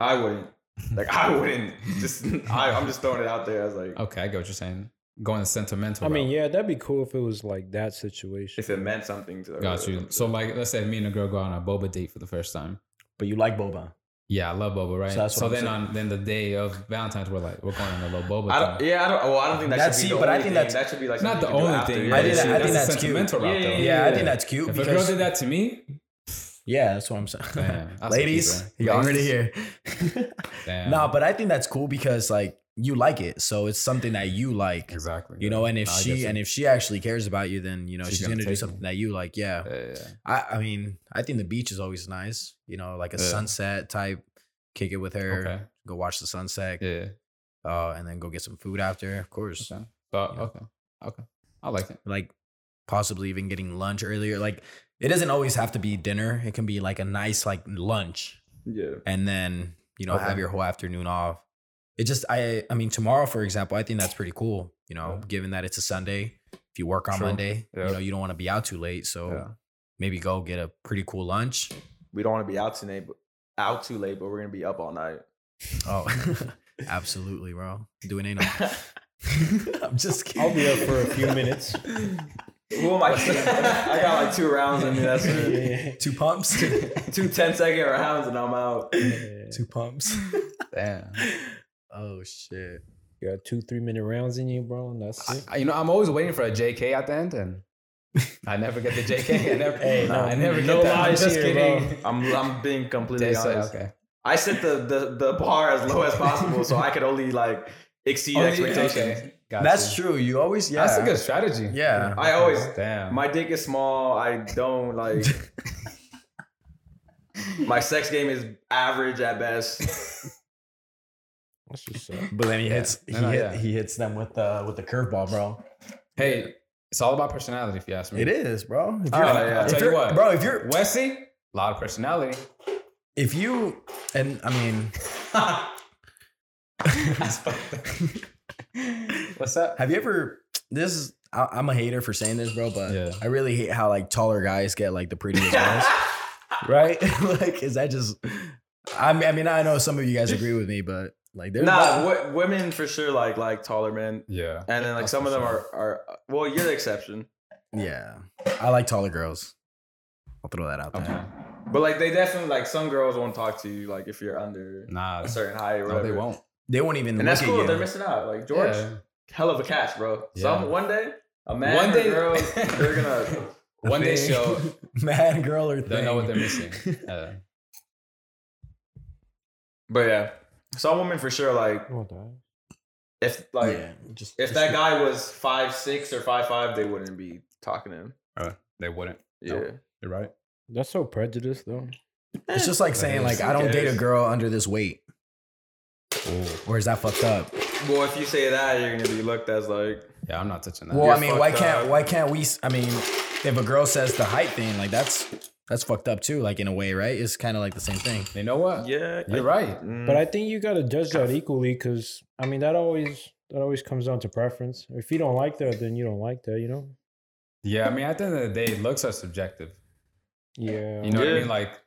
I wouldn't. Like I wouldn't. Just I, I'm just throwing it out there. I was like,
okay, I get what you're saying. Going sentimental.
I mean,
route.
yeah, that'd be cool if it was like that situation.
if it meant something to the
Got you. So like, let's say me and a girl go on a boba date for the first time.
but you like boba.
Yeah, I love boba, right?
So
So,
that's what
then
I'm saying.
on then the day of Valentine's, we're like, we're going on a little boba.
I don't,
thing.
yeah, I don't. Well, I don't think that
That's-
should
see,
be. The
but I
only
think
thing.
that's-
that should be like
not the
something you do
only
after
thing.
your
yeah,
I think
that's-
relationship.
I think
that's
that's
a
cute.
sentimental route,
Yeah,
though.
yeah,
Yeah, I think that's cute.
If a
because,
girl did that to me,
yeah, that's what I'm saying.
Damn, that's
Ladies,
cute, bro.
you already
Ladies.
here.
damn.
nah, but I think that's cool because like you like it, so it's something that you like.
exactly.
You know, and if
Nah, I get
she
you.
and if she actually cares about you, then you know she's,
She's
gonna,
gonna
do
take
something
it.
that you like. Yeah,
Yeah, yeah, yeah.
I, I mean, I think the beach is always nice. You know, like a
Yeah.
sunset type. Kick it with her.
Okay.
Go watch the sunset.
Yeah.
Uh, and then go get some food after. Of course,
Okay. So, okay. Okay. I like it.
like possibly even getting lunch earlier. Like it doesn't always have to be dinner. It can be like a nice like lunch.
Yeah.
and then you know
Okay.
have your whole afternoon off it just i i mean tomorrow for example i think that's pretty cool you know
Yeah.
given that it's a sunday if you work on
True.
monday
Yeah.
you know you don't want to be out too late so
Yeah.
maybe go get a pretty cool lunch
We don't want to be out tonight, but out too late, but we're gonna be up all night.
oh absolutely bro doing anal i'm just kidding
I'll be up for a few minutes.
Who am I? I got like two rounds in me. That's it.
Yeah.
two pumps
two 10 second rounds and I'm out.
two pumps
Damn.
oh shit
You got two, three minute rounds in you, bro, and that's
I,
it.
I- you know, I'm always waiting for a JK at the end, and I never get the JK. I never,
Hey,
nah,
no,
I never
no
get that. I'm
lies
just
here, bro.
kidding.
I'm I'm being completely
Just like,
honest.
okay.
I set the, the the bar as low as possible so I could only like exceed expectations.
Oh, Okay. Got
that's
you.
true you always yeah
That's a good strategy.
yeah
I always
Damn.
my dick is small. I don't like my sex game is average at best.
That's just up.
but then he hits
No,
he,
no,
hit,
yeah.
he hits them with the with the curveball bro
hey, it's all about personality, if you ask me.
It is, bro. If
All
you're,
right, I'll
if
tell you
you're-
what.
bro. If you're,
Wesley, a lot of personality.
if you, and I mean,
That's fucked up. What's up?
Have you ever? This is. I, I'm a hater for saying this, bro, but
Yeah.
I really hate how like taller guys get like the prettiest girls, right? like, is that just? I mean, I mean, I know some of you guys agree with me, but like, there's
Nah, w- women for sure like like taller men,
Yeah.
and then like
That's
some
for
of them
sure.
are are well, you're the exception,
yeah, I like taller girls. I'll throw that out there.
Okay.
but like they definitely like some girls won't talk to you like if you're under
Nah.
a certain height or
No,
whatever.
they won't.
They won't even
And
look
that's cool.
at
They're
you.
missing out. Like George,
Yeah.
hell of a catch, bro.
Yeah.
Some one day a man
One
or
day-
girl, they're gonna
One day show.
Mad girl or thing.
They'll know what they're missing. Yeah.
But yeah, some women for sure. Like
Oh, damn.
if like
yeah, just
if that guy was five six or five five, they wouldn't be talking to him.
Uh, they wouldn't.
Yeah,
No. You're right.
That's so prejudiced, though.
It's just like saying like I don't date a girl under this weight. Or is that fucked up?
well, if you say that, you're gonna be looked as like
Yeah, I'm not touching that.
Well,
You're
I mean, why
fucked
can't
up.
why can't we? s- I mean, if a girl says the height thing, like that's that's fucked up too. Like in a way, right? It's kind of like the same thing.
you know
Uh,
what?
yeah. mm.
You're right.
But I think you gotta judge that equally, because I mean that always that always comes down to preference. If you don't like that, then you don't like that, you know.
Yeah, I mean, at the end of the day, looks are subjective.
Yeah.
You know what I
Yeah.
mean? Like,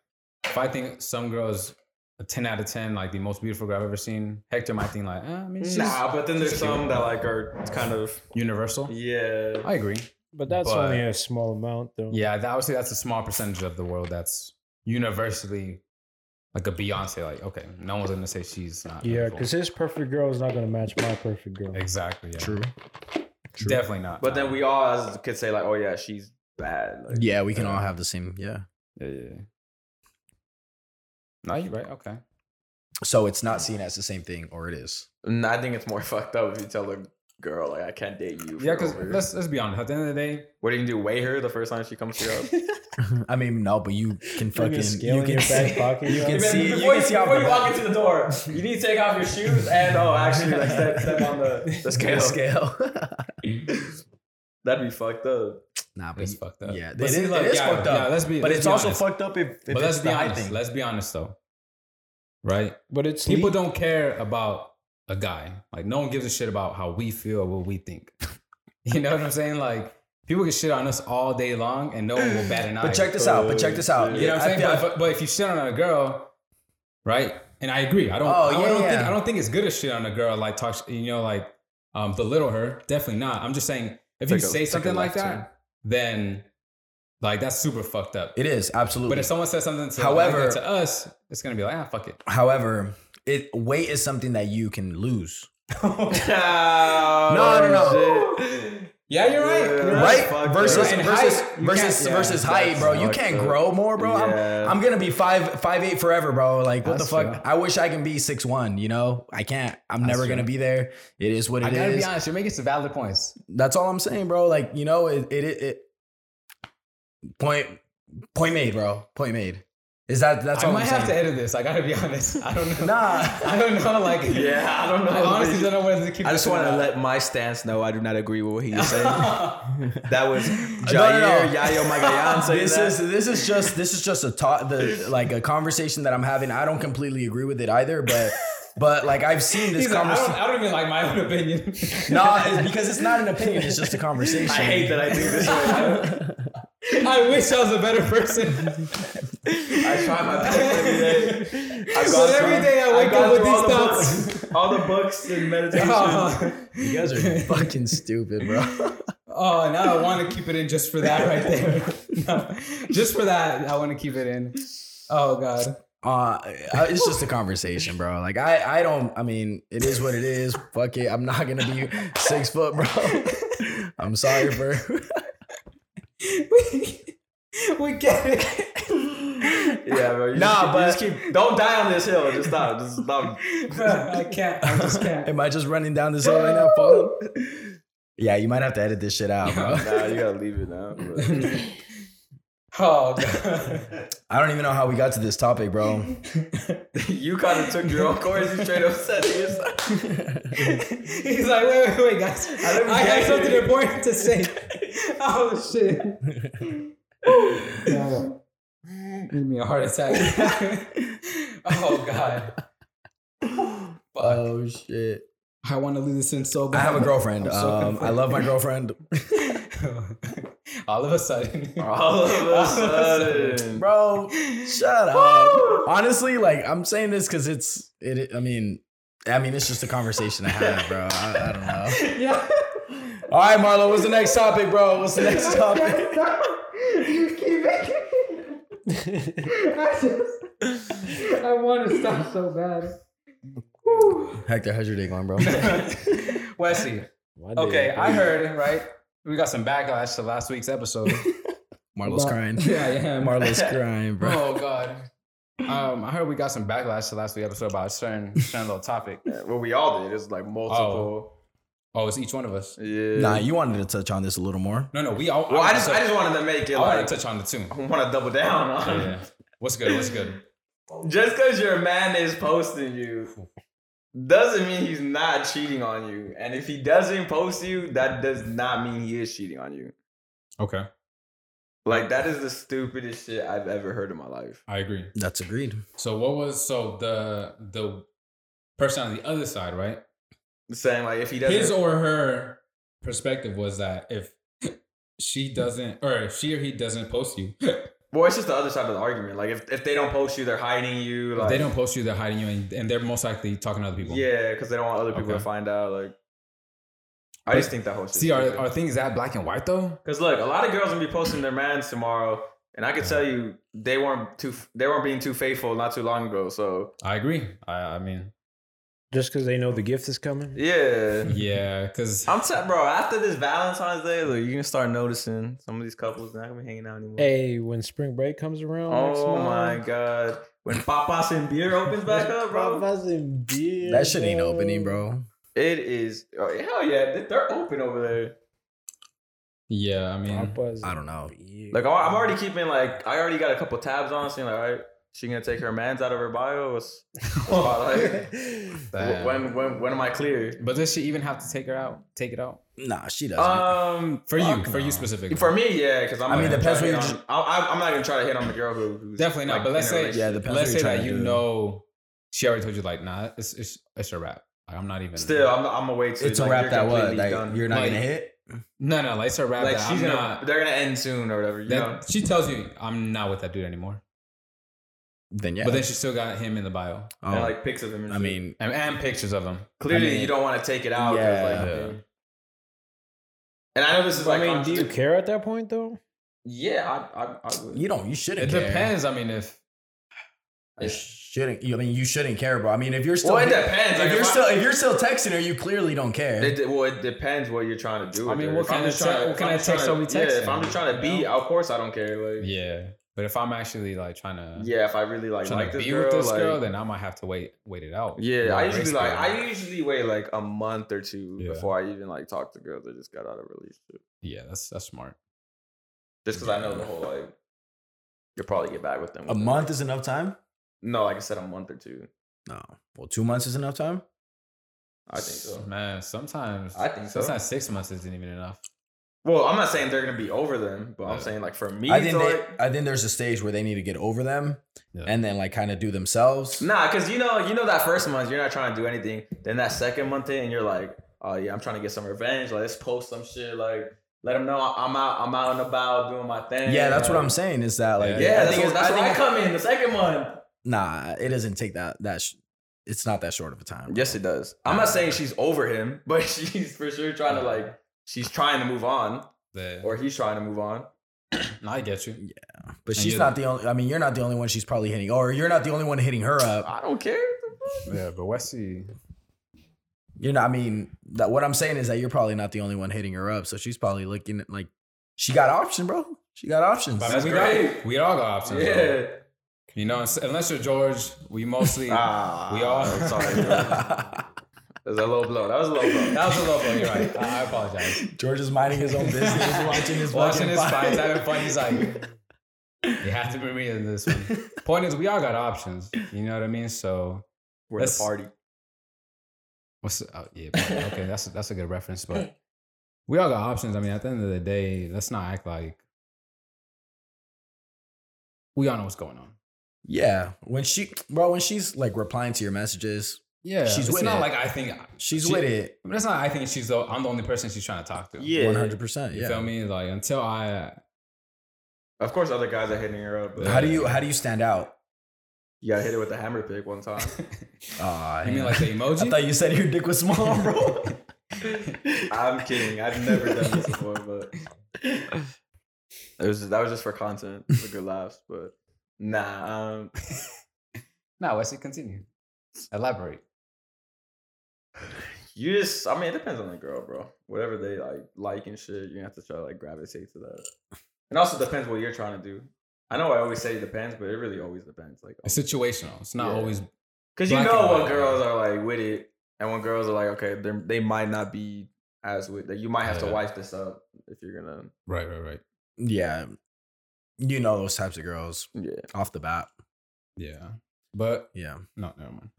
if I think some girl's a 10 out of 10, like the most beautiful girl I've ever seen, Hector might think, like, eh, I mean, she's
nah, but then there's some that like are kind of
universal.
yeah.
I agree.
but that's
But-
only a small amount, though.
Yeah, that, I would say that's a small percentage of the world that's universally like a Beyonce. Like, okay, no one's gonna say she's not.
Yeah,
beautiful.
because his perfect girl is not gonna match my perfect girl.
exactly. Yeah.
True.
Definitely not.
But then we all as could say like, oh yeah, she's bad. Like,
Yeah, we can all have the same. Yeah.
Yeah, yeah, yeah. No, you're right. Okay.
So it's not seen as the same thing, or it is.
And I think it's more fucked up if you tell a girl like I can't date you.
Yeah,
for
because
over-
let's let's be honest. At the end of the day,
what are you gonna do? Weigh her the first time she comes to your house.
I mean, no, but you can
Like
fucking
a scale
you
in
can
your back
see-
pocket.
you
yo.
can
Wait,
see-
before,
can see how
before you
the-
walk into the door, you need to take off your shoes and oh, actually, like step, step on the, the scale.
scale.
That'd be fucked up.
nah, but
it's
you-
fucked up.
yeah,
But
it
see,
is,
look,
it is
yeah,
fucked
yeah,
up.
let's be.
but
let's
it's
be
also
honest.
fucked up if, if
But let's
it's
be
the height
honest.
thing.
Let's be honest though. Right?
But it's
People
le-
don't care about a guy. Like no one gives a shit about how we feel or what we think. You know what I'm saying? Like people can shit on us all day long and no one will bat an eye.
But check this out. But check this out.
You know what I'm
I
saying?
feel-
But, but, but if you shit on a girl, right? And I agree. I don't.
Oh,
I don't,
yeah,
think
yeah.
I don't think it's good to shit on a girl. Like talk. sh- You know, like um, belittle her. Definitely not. I'm just saying if you
Take a-
say
take a
something like
left
that,
turn.
then like that's super fucked up.
It is absolutely.
But if someone says something to
However-
like that to us, it's gonna be like ah fuck it.
However, it weight is something that you can lose.
no,
no,
Yeah, you're right.
Yeah.
You're
Right?
fucked up.
Versus
And
versus
height, you
versus
can't- yeah,
versus height, bro. You
fucked
can't
up.
grow more, bro.
Yeah.
I'm, I'm gonna be five five eight forever, bro. Like what
That's
the fuck?
true.
I wish I can be six one. You know, I can't. I'm
That's
never
true.
gonna be there. It is what
I
it
gotta
is.
be honest. You're making some valid points.
That's all I'm saying, bro. Like you know, it it, it it point point made, bro. Point made. Is that that's
I
all
might
I'm
have to
saying?
edit this. I gotta be honest. I don't know.
Nah.
I don't know. Like
Yeah, I don't know.
I honestly don't know whether to keep.
I
this
just
in
want
or
to
not.
let my stance know I do not agree with what he is saying. that was Jair
no, no.
Yayo Magayan saying
this
that.
is this is just this is just a talk the like a conversation that I'm having. I don't completely agree with it either, but but like I've seen this
He's like, I, don't,
conversation.
I don't even like my own opinion.
No, it's because it's not an opinion. It's just a conversation.
I hate that I think this way.
I wish I was a better person.
I try my best every day. I've
But
gone
every
through-
day I
I've
wake
gone
up with
through all
these
the
thoughts.
books- All the books and meditation.
Oh,
You guys are fucking stupid, bro.
oh, now I want to keep it in just for that right there. No, just for that, I want to keep it in. Oh God.
Uh, it's just a conversation, bro. Like I, I don't. I mean, it is what it is. Fuck it. I'm not gonna be six foot, bro. I'm sorry for.
we, we get it.
Yeah, bro. You
Nah,
just, keep- you just keep don't die on this hill. Just stop. Just stop.
Bruh, I can't. I just can't. Oh,
Am I just running down this hill right now, Paul? Yeah, you might have to edit this shit out, bro.
Nah, you gotta leave it now. bro.
Oh God.
I don't even know how we got to this topic, bro.
you kind of took your own course. You straight up said it yourself.
He's like, wait, wait, wait, guys.
don't
I have
get
something
it.
important to say. Oh shit. God. Give me a heart attack. oh God.
Oh shit!
I want to lose this in so
I
bad.
have a girlfriend.
I'm so
um, I
conflicted.
love my girlfriend,
All of a sudden.
All of
All
a sudden.
bro. Shut up. Honestly, like I'm saying this because it's it. I mean, I mean, it's just a conversation I had, bro. I, I don't know.
Yeah.
All right, Marlo, what's the next topic, bro? What's the next topic?
you keep it. I just, I want to stop so bad.
Hector, how's your day going, bro?
Wesley.
My day
Okay,
is
I
crazy.
heard right. We got some backlash to last week's episode.
Marlo's crying.
Yeah, yeah.
Marlo's crying, bro.
oh God. Um, I heard we got some backlash to last week's episode about a certain certain little topic.
Well, we all did. It's like multiple.
Oh, it's each one of us.
Yeah.
Nah, you wanted to touch on this a little more.
No, no, we all.
well, I
wanna
just
touch-
I just wanted to make it
I want
like
to touch on the two.
I want to double down on. it.
Yeah. What's good? What's good?
Just because your man is posting you doesn't mean he's not cheating on you. And if he doesn't post you, that does not mean he is cheating on you.
Okay,
Like that is the stupidest shit I've ever heard in my life.
I agree.
That's agreed.
So what was so the the person on the other side, right?
Saying like if he doesn't,
His or her perspective was that if she doesn't or if she or he doesn't post you, if
well, it's just the other side of the argument. Like if, if they don't post you, they're hiding you. Like
they don't post you, they're hiding you, and, and they're most likely talking to other people.
yeah, because they don't want other people to
Okay.
find out. Like I just think that whole shit.
See, are are things that black and white though?
Because look, a lot of girls gonna be posting their mans tomorrow, and I could tell you they weren't too they weren't being too faithful not too long ago. So
I agree. I I mean,
Just because they know the gift is coming.
yeah,
yeah, because
I'm telling bro. After this Valentine's Day, look, you can start noticing some of these couples not gonna be hanging out anymore.
Hey, when spring break comes around, next
oh my
month,
god, when Papas and beer opens back up, bro,
Papa's in beer,
That shit ain't opening, bro.
it is oh, hell yeah. they- They're open over there.
yeah, I mean,
Papa's
I
in
don't know.
beer.
Like I- I'm already keeping like I already got a couple tabs on, seeing like all right, she gonna take her mans out of her bio. What's, like,
Damn.
when when when am I clear?
but does she even have to take her out? Take it out
Nah, she doesn't.
Um,
for you?
Fuck
for
no.
you specifically?
For me, yeah, because I'm.
I mean,
not gonna
depends
try to
what
hit
you
on- I, I- I'm not gonna try to hit on the girl who. Who's
Definitely not, but let's say-
yeah, the
Let's say that you know she already told you like, nah, it's it's it's a wrap. Like I'm not even
Still, I'm. I'm away to.
It's a
like,
wrap
you're
that what?
completely
Like
done.
you're not
Like-
gonna hit.
No, no, like it's a wrap.
Like
that
she's
I'm
gonna.
not.
They're gonna end soon or whatever. You
That
know?
she tells you, I'm not with that dude anymore.
Then yeah.
But then she still got him in the bio
Oh,
And like pics of him. And
I
shit.
mean,
and, and pictures of him.
clearly
I mean-
you don't want to take it out. 'cause,
Yeah.
like, And I know this is
I
like.
mean, do you
contra-
care at that point though?
Yeah, I. I, I would.
you don't. You
It
shouldn't. care.
depends. I mean, if
You shouldn't. You, I mean, you shouldn't care, bro. I mean, if you're still,
Well, it depends.
if
Like,
you're
if I-
still, if you're still texting her, you clearly don't care.
It, de- well, it depends what you're trying to do.
I
with
mean,
her.
what
If I'm
kind of
just trying
te-
to-
what
if
kind
I'm
of
just
text
trying
are we
to- Yeah, if
texting?
I'm just trying to be,
You know?
of course I don't care. Like, yeah,
yeah, but if I'm actually like trying to
if I really like
trying
like
to
this
be
girl,
with this
like,
girl, then I might have to wait wait it out.
Yeah, I usually
Grace
like
period.
I usually wait like a month or two
Yeah.
before I even like talk to girls that just got out of a relationship.
yeah, that's that's smart.
Just because I know the whole like you'll probably get back with them.
A
within-
month is enough time.
No, like I said, a month or two.
No. Well, two months is enough time.
I think so.
Man, sometimes
I think so.
Sometimes six months isn't even enough.
Well, I'm not saying they're gonna be over them, but
Yeah.
I'm saying like for me,
I think
to,
they,
like,
I think there's a stage where they need to get over them,
Yeah.
and then like kind of do themselves.
nah, because you know, you know that first month you're not trying to do anything. Then that second month in, you're like, oh yeah, I'm trying to get some revenge. Like, let's post some shit. Like let them know I'm out. I'm out and about doing my thing.
Yeah, that's what
like-
I'm saying. Is that like
Yeah,
I
that's,
think
what,
it's- I
that's where
think
I come in the second month.
Nah, it doesn't take that. That sh- it's not that short of a time. bro.
Yes, it does. I'm not saying she's over him, but she's for sure trying to like she's trying to move on,
The-
or he's trying to move on.
No, I get you. And
but she's
you're
not the only. I mean, you're not the only one she's probably hitting, or you're not the only one hitting her up.
I don't care.
Yeah, but Wesley,
You're not. I mean, that what I'm saying is that you're probably not the only one hitting her up. So she's probably looking at, like she got option, bro. She got options.
I mean,
That's
we
great.
got we all got options. bro.
Yeah.
You know, s- unless you're George, we mostly
Ah,
We all-
sorry. bro. That was a low blow. That was a low blow.
that was a low blow. You're right. I, I apologize.
George is minding his own business, watching his
Watching
fucking
his
fight.
fights, having fun. He's like, you have to be reading this one. Point is, we all got options. You know what I mean? So
We're
That's-
at the party.
What's oh, yeah? but- Okay, that's that's a good reference, but we all got options. I mean, at the end of the day, let's not act like we all know what's going on.
Yeah, when she, bro, when she's like replying to your messages,
Yeah,
She's
it's
with
not
it.
like I think
She's
she-
with it.
I mean, that's not. I think she's. The, I'm the only person she's trying to talk to.
Yeah.
One hundred percent.
you
Yeah.
feel me? Like until I,
Of course, other guys are hitting her up. But
How do you how do you stand out?
you gotta hit it with the hammer pick one time.
Uh,
I mean, like the emoji.
I thought you said your dick was small, bro.
I'm kidding. I've never done this before, but it was that was just for content, for good laughs. But nah, um,
no, Wesley, continue. Elaborate.
you just. I mean, it depends on the girl, bro. Whatever they like, like and shit, you have to try to like gravitate to that. And also depends what you're trying to do. I know I always say it depends, but it really always depends. Like,
It's situational. It's not
Yeah.
always.
Because you
Black
know
and
when
white.
girls are like with it, and when girls are like, okay, they're- they might not be as with that. You might have
Yeah.
to wipe this up if you're gonna.
Right, right, right.
yeah. You know those types of girls
Yeah.
off the bat.
Yeah, but
Yeah.
no, never mind.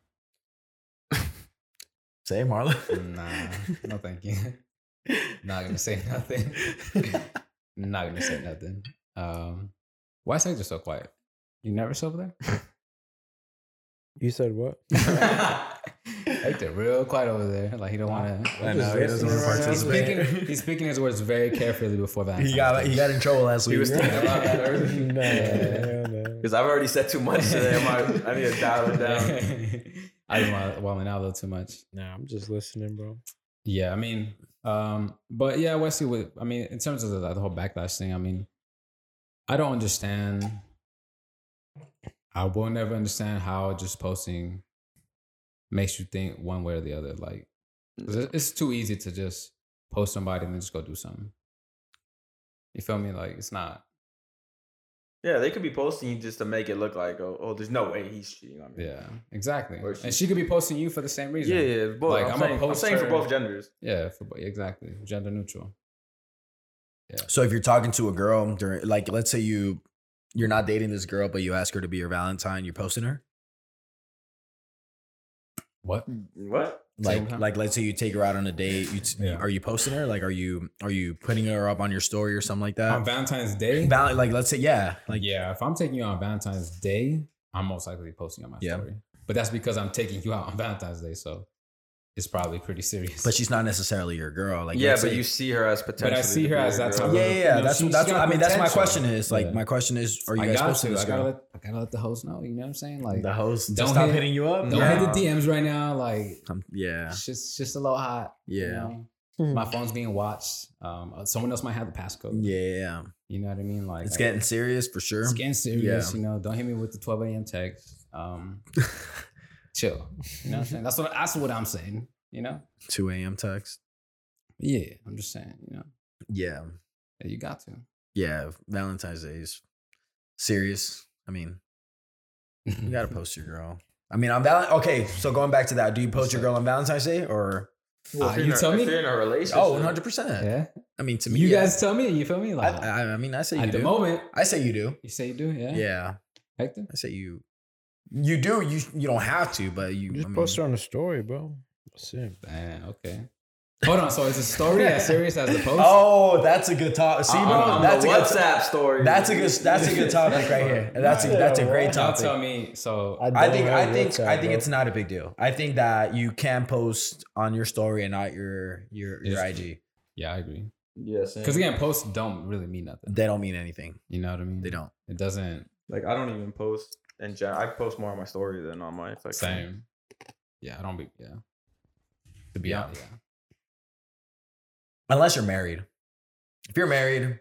Say Marla.
Nah, no, thank you. Not gonna say nothing. Not gonna say nothing. Um, why is Hector so quiet? You nervous over there?
You said what?
Hector, real quiet over there. Like he don't want to.
know, he doesn't wanna
He's
participate.
speaking, he's speaking his words very carefully before that.
He got he got in trouble last week.
was thinking about that earlier.
no, hell no.
Because I've already said too much today. I, might, I need to dial it down.
I've been wilding out a little too much.
Nah, I'm just listening, bro.
Yeah, I mean, um, but yeah, Wesley. With I mean, in terms of the, the whole backlash thing, I mean, I don't understand. I will never understand how just posting makes you think one way or the other. Like, 'cause it- it's too easy to just post somebody and then just go do something. You feel me? Like, it's not.
Yeah, they could be posting you just to make it look like, oh, oh there's no way he's cheating on me.
Yeah, exactly.
Or she-
And she could be posting you for the same reason.
Yeah, yeah. Both.
Like, I'm
I'm,
a
saying, I'm saying for
poster.
both genders.
yeah, for, exactly. Gender neutral.
So if you're talking to a girl during like let's say you you're not dating this girl, but you ask her to be your Valentine, you're posting her?
What?
Mm.
What?
Same
Like
time.
like let's say you take her out on a date, you t-
Yeah.
are you posting her? Like are you are you putting her up on your story or something like that?
On Valentine's Day?
Val- like let's say yeah, like
Like, yeah, if I'm taking you on Valentine's Day, I'm most likely posting on my
Yeah.
story. But that's because I'm taking you out on Valentine's Day, so it's probably pretty serious.
but she's not necessarily your girl. Like
yeah,
let's
but
say-
you see her as potentially.
see
to
her
be
as
your
that
girl.
type of-
yeah, yeah, yeah.
No,
that's
she-
that's
she's
what,
got
I mean. That's my
potential.
question. Is like
Yeah.
my question is, are you
I
guys
got
posting
to.
this
I gotta
girl?
let I gotta let the host know. You know what I'm saying? Like,
the host
Don't
don't stop
hit-
hitting you up.
don't
yeah.
hit the DMs right now. Like,
Um, yeah,
it's just just a little hot. you
yeah, Hmm.
know? My phone's being watched. Um, uh, someone else might have the passcode.
yeah.
You know what I mean? Like,
It's
I-
getting serious for sure.
it's getting serious. You know, don't hit me with the 12 a.m. text. Um, chill. You know what I'm saying? That's what that's what I'm saying. You know?
Two a.m. text.
Yeah, I'm just saying. You know.
Yeah,
Yeah, you got to.
yeah. Valentine's Day is serious. I mean, you gotta post your girl. I mean, on Val. Okay, so going back to that, do you post your girl on Valentine's Day or?
Well, if
Ah,
you're
you
in a-
tell
if
me?
you're in a relationship.
Oh, 100. percent
yeah.
I mean, to me,
You
yeah.
guys tell me. You feel me?
I,
Like
I, I mean, I say you
at the
do.
moment,
I say you do.
you say you do. Yeah.
Yeah,
Hector.
I say you. You do. You you don't have to, but you.
Just
I mean,
post her on a story, bro. That's it.
Damn. Okay. Hold on. So is the story as serious as the post?
Oh, that's a good topic. See, bro,
I'm-
On,
I'm
that's
that's
a
the
good.
WhatsApp story.
That's a good. That's a good topic right here. That's a that's a great
Y'all
topic.
tell me. So
I think I think I think it's not a big deal. I think that you can post on your story and not your your your
Yes.
IG.
yeah, I agree.
Yes.
Because again, posts don't really mean nothing.
They don't mean anything.
You know what I mean?
They don't.
It doesn't.
Like I don't even post in general. I post more on my story than on my like,
Same. Yeah, I don't be. Yeah. To be
Yeah.
honest, yeah.
Unless you're married. If you're married,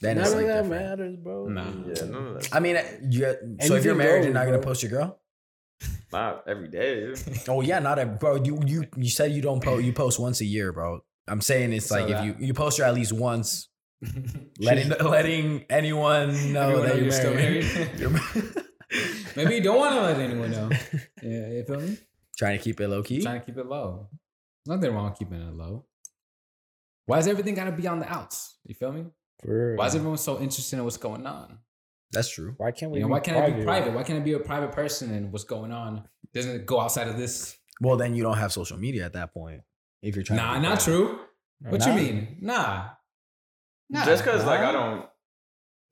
then
None
it's
of
like
that
different.
matters, bro.
Nah.
Yeah, none of
I
that.
mean, you, so if
Anything
you're married, you're
goes,
not gonna
bro.
post your girl.
Not every day.
Oh yeah, not a bro. You you you said you don't post. You post once a year, bro. I'm saying it's
So
like
that-
if you you post her at least once, letting letting anyone know
Everyone know
that
you're
you're
still
married.
married. Maybe you don't want to let anyone know. Yeah, you feel me?
Trying to keep it low key.
Trying to keep it low. There's nothing wrong with keeping it low. Why is everything gotta be on the outs? You feel me?
For real.
Why is everyone so interested in what's going on?
That's true.
Why can't we?
You know,
be
why can't I be
private?
private? Why can't I be a private person and what's going on doesn't go outside of this?
Well, then you don't have social media at that point. If you're trying,
Nah,
to be
not
private.
true. What
Nah.
you mean? Nah.
Just because like
nah.
I don't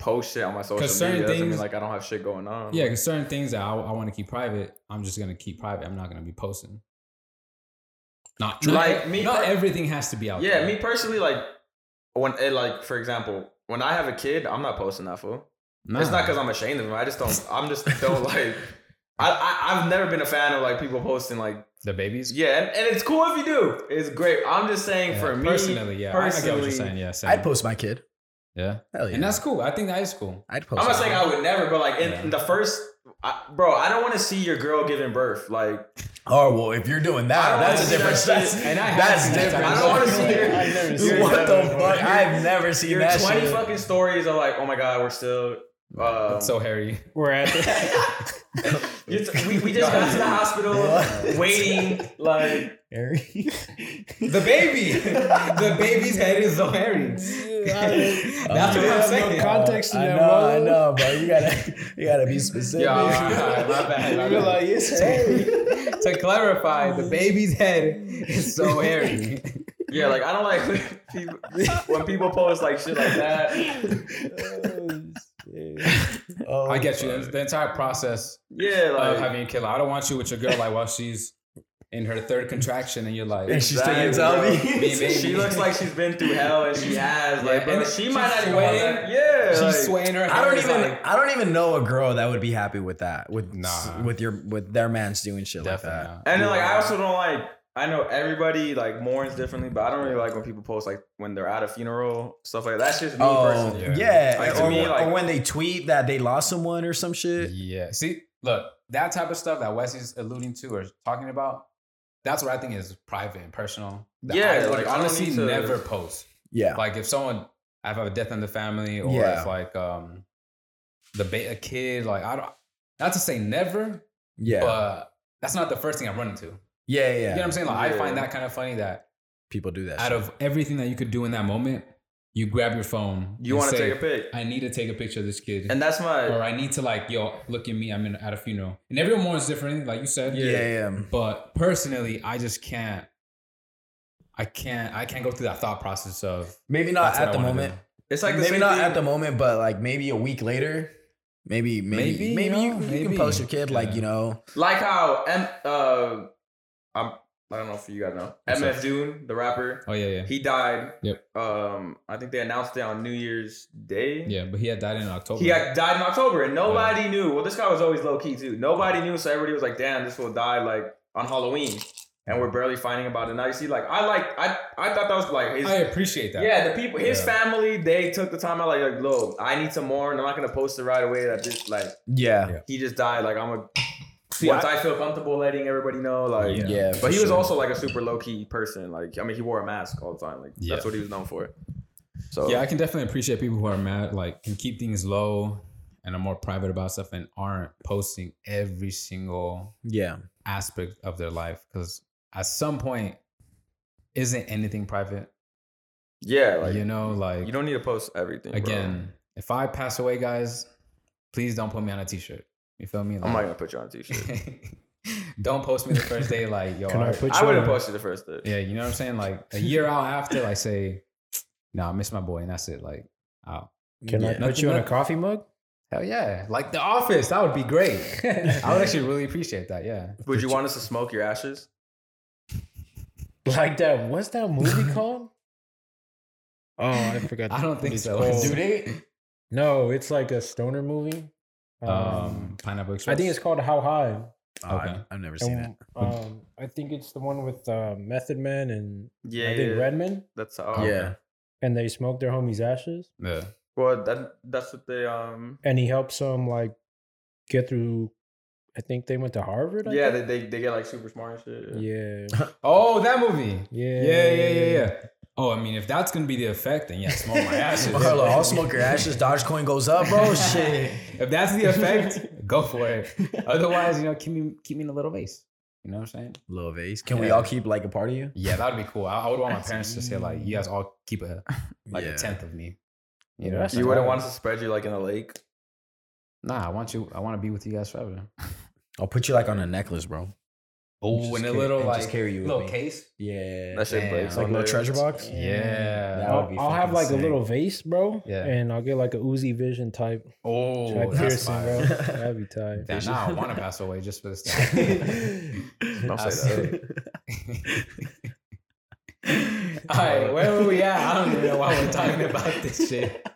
post shit on my social
'Cause certain
media doesn't mean
things-
like I don't have shit going on.
Yeah, because certain things that I, I want to keep private, I'm just gonna keep private. I'm not gonna be posting. Not
Like,
true.
me
not
per-
everything has to be out.
Yeah,
there.
me personally, like when eh, like for example, when I have a kid, I'm not posting that fool. It's not because I'm ashamed of him. I just don't. I'm just don't like. I, I I've never been a fan of like people posting like
the babies.
yeah, and, and it's cool if you do. It's great. I'm just saying
Yeah,
for me
personally, yeah, I, I get what
personally,
you're saying. Yeah, same.
I'd post my kid.
yeah,
Hell yeah.
and that's cool. I think that is cool.
I'd post.
I'm not
my
saying
kid.
I would never, but like in,
Yeah.
in the first, I, bro, I don't want to see your girl giving birth. Like
Oh well, if you're doing
I
that,
don't
that's a
wanna
different.
see that
That's,
shit.
And I
that's
have seen that
different.
I don't wanna see your-
I've never seen
what
that
the
before.
fuck? I've never seen
your
that
20
shit.
fucking stories are like, oh my god, we're still. Um,
That's so hairy.
We're at the,
you t- we, we just got to the hospital
What?
waiting like
Harry.
The baby, the baby's head is so hairy. That's what
you
I'm
Um,
have no
saying.
context to
I
that,
know, I
bro.
know, bro. You gotta, you gotta be specific.
Yeah, alright, alright, my bad, my
You're
bad.
like, it's Harry.
to clarify, the baby's head is so hairy.
yeah like I don't like when people, when people post like shit like that
Oh,
I get you. The- The entire process
yeah
of
like
having a kid. like, I don't want you with your girl like while she's in her third contraction, and you're like,
And she's
Exactly,
taking Tommy.
bro. she looks like she's been through hell and she
Yeah,
has like bro,
and
she
she's
might not even
sweating.
want that. yeah
she's
like,
swaying her.
I don't
hands,
even,
like-
I don't even know a girl that would be happy with that. With
Nah.
with your, with their man's doing shit like
Definitely.
that.
not.
and then like I also don't like I know everybody like mourns differently but I don't really like when people post like when they're at a funeral stuff like that. that's just me
Oh
personally
Yeah.
yeah,
Like, to
or,
me,
or
like-
when they tweet that they lost someone or some shit.
Yeah. See, look, that type of stuff that Wesley's alluding to or talking about, that's what I think is private and personal. that
Yeah,
I would
like, I don't
honestly
need to-
never post.
Yeah,
Like if someone I have a death in the family or
Yeah.
if like um the ba- a kid, like I don't not to say never,
yeah,
but that's not the first thing I'm running to.
yeah, yeah.
You know what I'm saying? Like I
Yeah.
find that kind of funny that
People do that.
out
shit.
of everything that you could do in that moment, you grab your phone.
you
and
want to
say,
take a pic
I need to take a picture of this kid.
and that's my
or I need to like, yo, look at me, I'm in, at a funeral. And everyone mourns differently, like you said.
yeah, yeah, yeah.
But personally, I just can't. I can't. I can't go through that thought process of
Maybe not
that's what
at
I
the
wanna
moment.
do.
it's like the
maybe
same
not
thing-
at the moment, but like maybe a week later. Maybe, maybe,
Maybe,
maybe,
yeah,
you, you
maybe.
can post your kid, like
Yeah.
you know,
like how M uh I'm I don't know if you guys know MF Doom the rapper
Oh yeah, yeah,
he died
Yep.
um I think they announced it on New Year's Day
yeah. But he had died in October.
he had died in October and nobody knew well this guy was always low key too nobody knew so everybody was like damn this will die like on Halloween and we're barely finding about it now you see like I like I I thought that was like his
I appreciate that.
yeah, the people, his
Yeah.
family, they took the time out. Like, like, look, I need some more, and I'm not gonna post it right away. That just like
yeah,
Yeah.
he just died. Like, I'm a
See,
once I, feel comfortable letting everybody know. Like,
yeah.
but he was
also.
also like a super low key person. Like, I mean, he wore a mask all the time. Like,
Yeah.
that's what he was known for. So
Yeah,
yeah,
I can definitely appreciate people who are mad, like can keep things low and are more private about stuff and aren't posting every single
Yeah,
aspect of their life because at some point, isn't anything private?
like
you know, like
you don't need to post everything bro.
again, if I pass away, guys, please don't put me on a t-shirt. You feel me?
I'm not gonna put you on a t-shirt.
don't post me the first day, like yo.
Can I
I-
put
I
you
would have
on-
posted the first day.
yeah, you know what I'm saying. Like a year out after, like say, nah, I miss my boy, and that's it. Like, out.
Can I
Yeah.
put you on a coffee mug?
Hell yeah, like The Office. That would be great. I would actually really appreciate that. Yeah.
Would you want us to smoke your ashes?
Like that? What's that movie called? Oh, I forgot.
I don't
what
think
it's
so.
called.
Do
they?
No, it's like a stoner movie. Um,
Um, Pineapple Express.
I think it's called How High.
Okay.
Oh, I've never seen it.
And, um, I think it's the one with uh, Method Man and
Yeah,
I think Redman,
that's how.
Yeah.
and they smoke their homie's ashes,
yeah.
Well, that that's what they um.
and he helps them like get through. I think they went to Harvard. I
Yeah, they,
think?
they, they get like super smart and shit.
yeah,
Oh, that movie.
yeah,
Yeah, yeah, yeah, yeah. Oh, I mean, if that's gonna be the effect, then yeah, smoke my ashes.
Carlo, I'll smoke your ashes. Dogecoin goes up,
Oh,
bro. Shit.
If that's the effect, go for it. Otherwise, you know, keep me keep me in a little vase. You know what I'm saying?
Little vase. Can we
Yeah.
all keep like a part of you?
Yeah, that'd be cool. I, I would want my parents to say like, you guys all keep a like a tenth of me. You know, what I'm
That's
saying?
You wouldn't want us to spread you like in a lake.
nah. I want you. I want to be with you guys forever.
I'll put you like on a necklace, bro.
Oh,
just
in a
carry-
little
and
like
just carry you with
little
me.
case.
Yeah.
That shit
Damn.
breaks.
like a
on
little
there.
treasure box.
Yeah.
That would
I'll,
be
I'll have
fucking
like
sick.
a little vase, bro.
Yeah.
and I'll get like a Uzi Vision type
Oh,
type
that's
piercing, bro.
fire.
That'd be tight.
Damn, now I want to pass away just for this. Don't
Don't say that.
All right, where were we at? I don't even know why we're talking about this shit.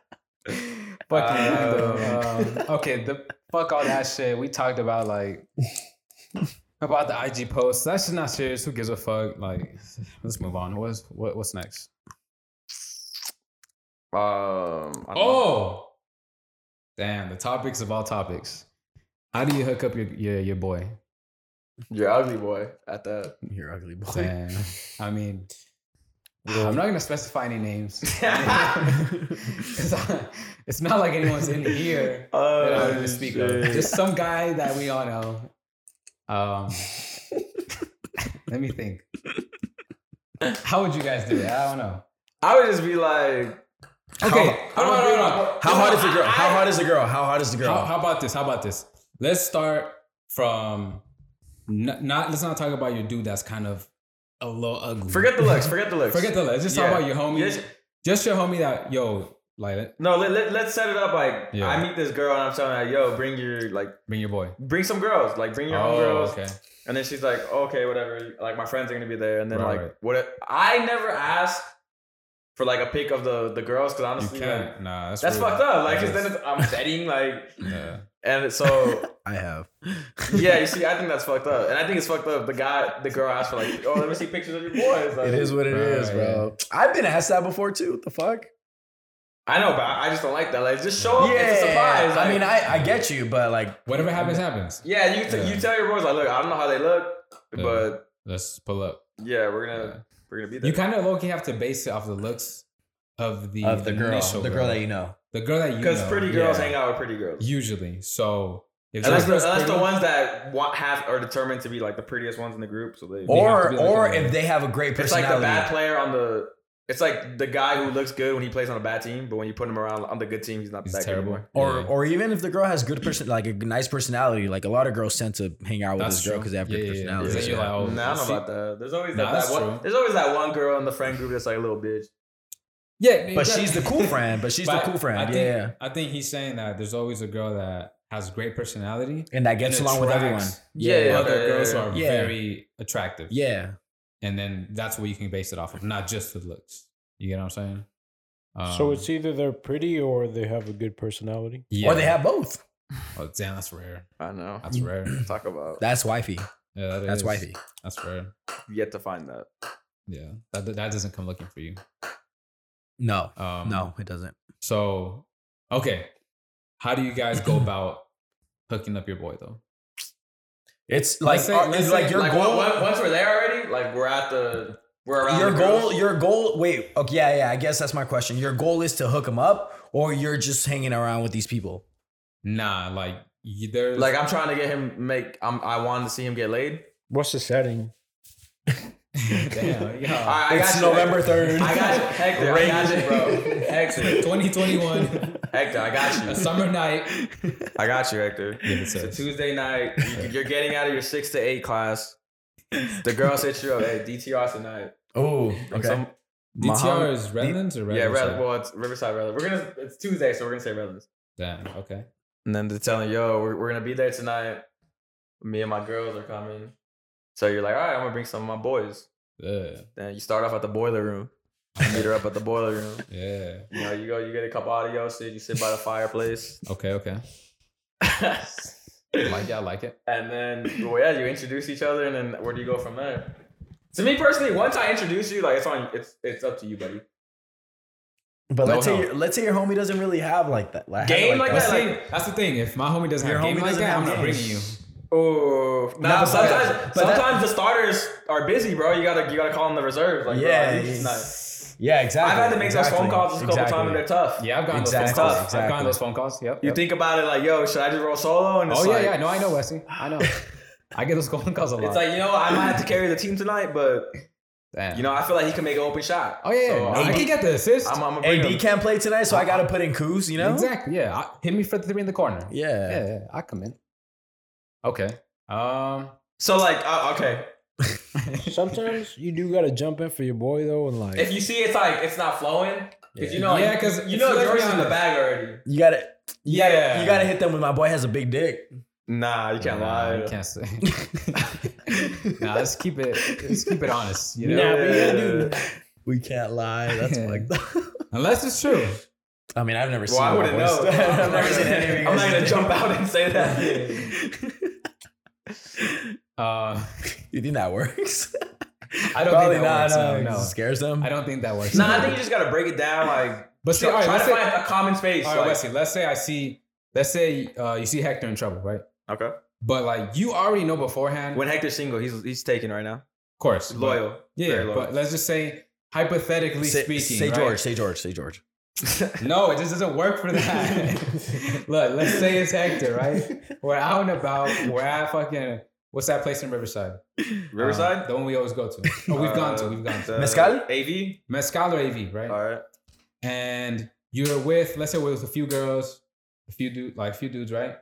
Fucking random. Uh, Um, okay, the fuck all that shit. We talked about like about the IG posts. That's just not serious. Who gives a fuck? Like, let's move on. What's what, what's next?
Um. I don't-
Oh, damn! The topics of all topics. How do you hook up your your, your boy?
you're ugly boy. At that.
You're ugly boy.
Damn. I mean, I'm not gonna specify any names. 'Cause I- it's not like anyone's in here that I'm
Oh,
gonna speak of. Just some guy that we all know. Um, let me think. How would you guys do it? I don't know.
I would just be like,
Okay,
How,
no, no, no, no.
how hard is the girl? How hard is the girl? How hard is the girl?
How, how about this? How about this? Let's start from n- not. Let's not talk about your dude. That's kind of a little ugly.
forget the looks. Forget the looks.
Forget the list. Just
Yeah.
talk about your homie.
Yes.
Just your homie that yo, like
No, let, let, let's set it up like
Yeah.
I meet this girl and I'm telling her, yo, bring your like
bring your boy. Oh,
bring some girls. Like bring your own girls. And then she's like, okay, whatever. Like my friends are gonna be there. And then
Right,
like
right.
what I never asked for like a pic of the the girls because
You
honestly like,
can't. Nah, that's
that's
rude.
fucked up. Like
That
'cause then it's, I'm setting like
is- yeah.
and so
I have.
yeah, you see, I think that's fucked up. And I think it's fucked up. The guy the girl asked for like, oh let me see pictures of your boys. Like,
It is what it is,
Right,
bro. I've been asked that before too. What the fuck?
I know, but I I just don't like that. Like just show up. it's a surprise.
I
Like,
mean, I, I get you, but like,
Whatever happens, happens.
Yeah, you t-
Yeah.
you tell your boys like, look, I don't know how they look,
Yeah.
but
Let's pull up.
yeah, we're gonna
Yeah.
we're gonna be there.
You kind of low key have to base it off the looks of the
of the girl,
initial
the girl that you know.
the girl that you
because
know.
pretty girls
Yeah.
hang out with pretty girls.
usually. So if
unless
that
the,
girl's
unless the
pretty-
ones that want, have are determined to be like the prettiest ones in the group, so they.
have to
Or
be like
or
a-
if they have a great
it's like
personality.
the bad player on the. It's like the guy who looks good when he plays on a bad team, but when you put him around on the good team, he's not
He's
that
terrible.
good anymore.
or
Yeah.
or even if the girl has good person like a nice personality, like a lot of girls tend to hang out with
That's
this girl
true.
because they have
Yeah,
good
yeah, yeah.
personality.
Then you're like, oh,
nah, I don't
see-
know about that. There's always
Nah,
that,
that's
that one.
true.
There's always that one girl in the friend group that's like a little bitch.
yeah,
But
that-
she's the cool friend. But she's
But
the cool friend.
I think,
yeah, yeah.
I think he's saying that there's always a girl that has great personality
And that gets
and
along with everyone.
attracts
Yeah, yeah,
other
yeah, yeah,
girls
yeah.
who are
Yeah.
very attractive.
Yeah.
and then that's what you can base it off of, not just the looks. You get what I'm saying?
so
Um,
it's either they're pretty or they have a good personality.
yeah.
Or they have both.
Oh, damn, that's rare.
I know.
That's rare.
Talk about
That's wifey.
Yeah, that
That's
is-
wifey.
That's rare.
yet to find that.
Yeah, that that doesn't come looking for you.
No.
Um,
No, it doesn't.
So, okay, how do you guys go about hooking up your boy though?
It's like
say-
uh,
let's
it's
say,
like your
like
goal.
on- once we're there already, like we're at the we're around
your
the
goal.
girls.
Your goal. Wait. Okay. Yeah. Yeah. I guess that's my question. Your goal is to hook them up, or you're just hanging around with these people.
Nah, like you, there's
Like I'm trying to get him make. I'm, I wanted to see him get laid.
What's the setting?
damn,
All
yeah.
right, I
Uh, it's
got you.
November third.
I got you, Hector. I got you, bro. Hector,
2021,
Hector, I got
a
you.
summer night.
I got you, Hector.
Yeah, it
It's a
says.
Tuesday night. You- You're getting out of your six to eight class. The girls hit you up. Hey, DTR tonight.
Oh. Okay.
Some-
DTR
Muhammad-
is Redlands or
yeah,
Redlands?
Red, well, it's Riverside Redlands. We're gonna. It's Tuesday, so we're gonna say Redlands.
Damn. Okay.
And then they're telling, yo, we're, we're gonna be there tonight. Me and my girls are coming. So you're like, all right, I'm gonna bring some of my boys.
Yeah.
Then you start off at the boiler room. You meet her up at the boiler room.
Yeah.
You know, you go, you get a cup of audio, sit, you sit by the fireplace.
Okay. Okay. Like it. I like it.
and then, well, yeah, you introduce each other, and then where do you go from there? To me personally, once I introduce you, like it's on, it's it's up to you, buddy.
But
No
let's say
help.
your, let's say your homie doesn't really have like that like, have it
Game like
That's,
that,
the thing. That's the thing. If my homie doesn't
Your
have game
homie
like
doesn't
that,
have
I'm not
game.
bringing you.
Oh,
Nah,
nah.
but
sometimes,
that- but that-
sometimes the starters are busy, bro. You gotta, you gotta call them the reserves. Like,
Yeah,
yeah, bro, you
it's-
just not-
Yeah, exactly.
I've had to make
exactly.
those phone calls just a couple times, and they're tough.
Yeah, I've gotten those
Exactly,
phone calls. I've
exactly.
gotten those phone calls. Yep.
You
yep.
think about it like, yo, should I just roll solo? And it's
Oh yeah,
like,
yeah. No, I know, Wesley. I know. I get those phone calls a lot.
It's like you know, I might have to carry the team tonight, but
Damn.
you know, I feel like he can make an open shot.
Oh yeah. yeah.
so
No, I
I'm,
can get the assist.
I'm, I'm gonna bring him.
AD can't play tonight, so I got to put in Kuz, you know?
Exactly. Yeah. I, hit me for the three in the corner.
Yeah.
Yeah. yeah I come in. Okay. Um.
So like, uh, okay,
Sometimes you do gotta jump in for your boy though, and like
if you see it's like it's not flowing, because you know,
Yeah, 'cause
you
it's
know,
literally
George's
on
in the
the-
bag already.
You got to
Yeah,
you got to hit them with my boy has a big dick.
Nah, you can't
nah,
lie.
You can't say. Nah, let's keep it. Let's keep it honest. You know,
Nah, we gotta do
We can't lie. That's fucked up.
unless it's true.
I mean, I've never
Well, I
seen.
wouldn't know.
I've never seen any of you
I'm not
guys
gonna
do
jump
that.
out and say that.
Uh,
You think that works?
I don't
Probably
think
not.
that works.
no,
No, no.
It scares them.
I don't think that works.
no, I think you just gotta break it down. Like,
But see, all right,
try
let's
to
say,
find a common space.
all right,
like-
Wesley, let's say I see, let's say uh, you see Hector in trouble, right?
okay.
But like you already know beforehand,
When Hector's single, he's he's taken right now.
of course, but-
Loyal.
yeah,
very loyal.
but let's just say hypothetically
say,
speaking,
say
right?
George. Say George. Say George.
No, it just doesn't work for that. Look, let's say it's Hector, right? We're out and about. We're at fucking what's that place in Riverside? Uh,
Riverside.
the one we always go to. Oh, we've gone to. We've gone to
Uh,
Mezcal?
AV.
Mezcal or AV, right?
All right.
and you're with let's say we're with a few girls, a few dude like a few dudes, right?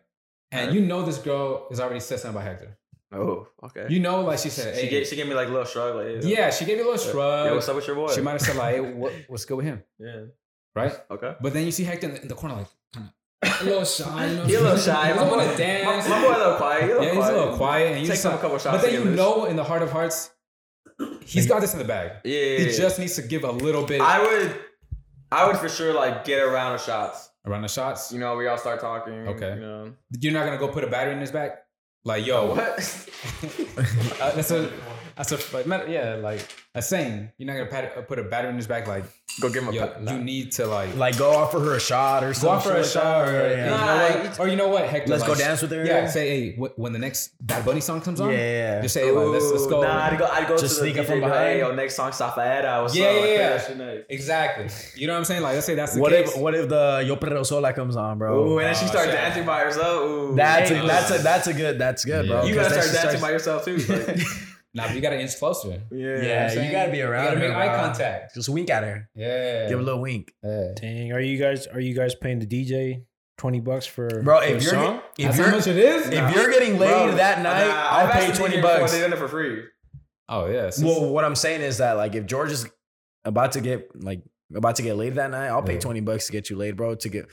And you know this girl has already said something about Hector.
Oh, okay.
You know, like she said,
she
hey,
gave she gave me like a little shrug. Like,
yeah. she gave you a little
Yo, what's
shrug.
up with your boy?
she might have said like, hey, what, what's good with him,
yeah.
right?
Okay.
But then you see Hector in the, in the corner, like kind of a little shy, you know,
He a little shy.
he
My
doesn't want
boy-
to dance.
My, my boy a little quiet. He
yeah, he's a little quiet, and you
Take
just
him a
like-
couple shots.
but then
to get
you
loose.
know in the heart of hearts, he's got this in the bag.
Yeah. yeah,
He
yeah.
just needs to give a little bit
I would. I would for sure like get a round of shots.
around the shots.
You know, we all start talking.
Okay.
You know.
You're not gonna go put a battery in his back, like yo,
What?
Uh, that's a that's a like meta, yeah like a saying. You're not gonna pat, uh, put a battery in his back like
Go give him a.
yo,
pat- nah.
you need to like
Like go offer her a shot or
go
something.
out for a shot or, you
yeah.
Nah,
know what?
it's-
or you know what Hector
Let's
like,
go dance with her.
yeah say hey wh- when the next Bad Bunny song comes on
Yeah.
just say hey, like, let's let's
Ooh,
go
Nah, I'd go. I'd go
Just
to the
sneak up
DJ,
from
be like,
behind.
Hey, yo, next song, Safaera. What's
Yeah,
up?
yeah,
Like,
yeah.
that shit nice.
exactly you know what I'm saying like let's say that's the
What
case
if what if the Yo Perreo Sola comes on, bro?
Ooh, and then she
Oh,
started
shit.
dancing by herself. Ooh,
that's a,
Hey,
that's a that's a good that's good, bro.
Yeah.
You
'cause
gotta
then
start
she
dancing by
starts-
yourself too. Like,
nah but you gotta inch closer
Yeah,
saying?
you gotta be
You
around.
gotta
her,
make eye
bro.
contact
Just wink at her.
yeah
Give her a little wink,
yeah.
Dang, are you guys are you guys paying the DJ twenty bucks for
bro.
for a
If you're
song?
if
that's how
you're
much it is
if you're getting laid
Bro,
that
nah,
night, I'll
I've
pay
asked
twenty
niggas before
bucks.
They done it for free.
oh yeah it's-
Well, what I'm saying is that like if George is about to get like about to get laid that night, I'll pay
Yeah.
twenty bucks to get you laid, bro. To get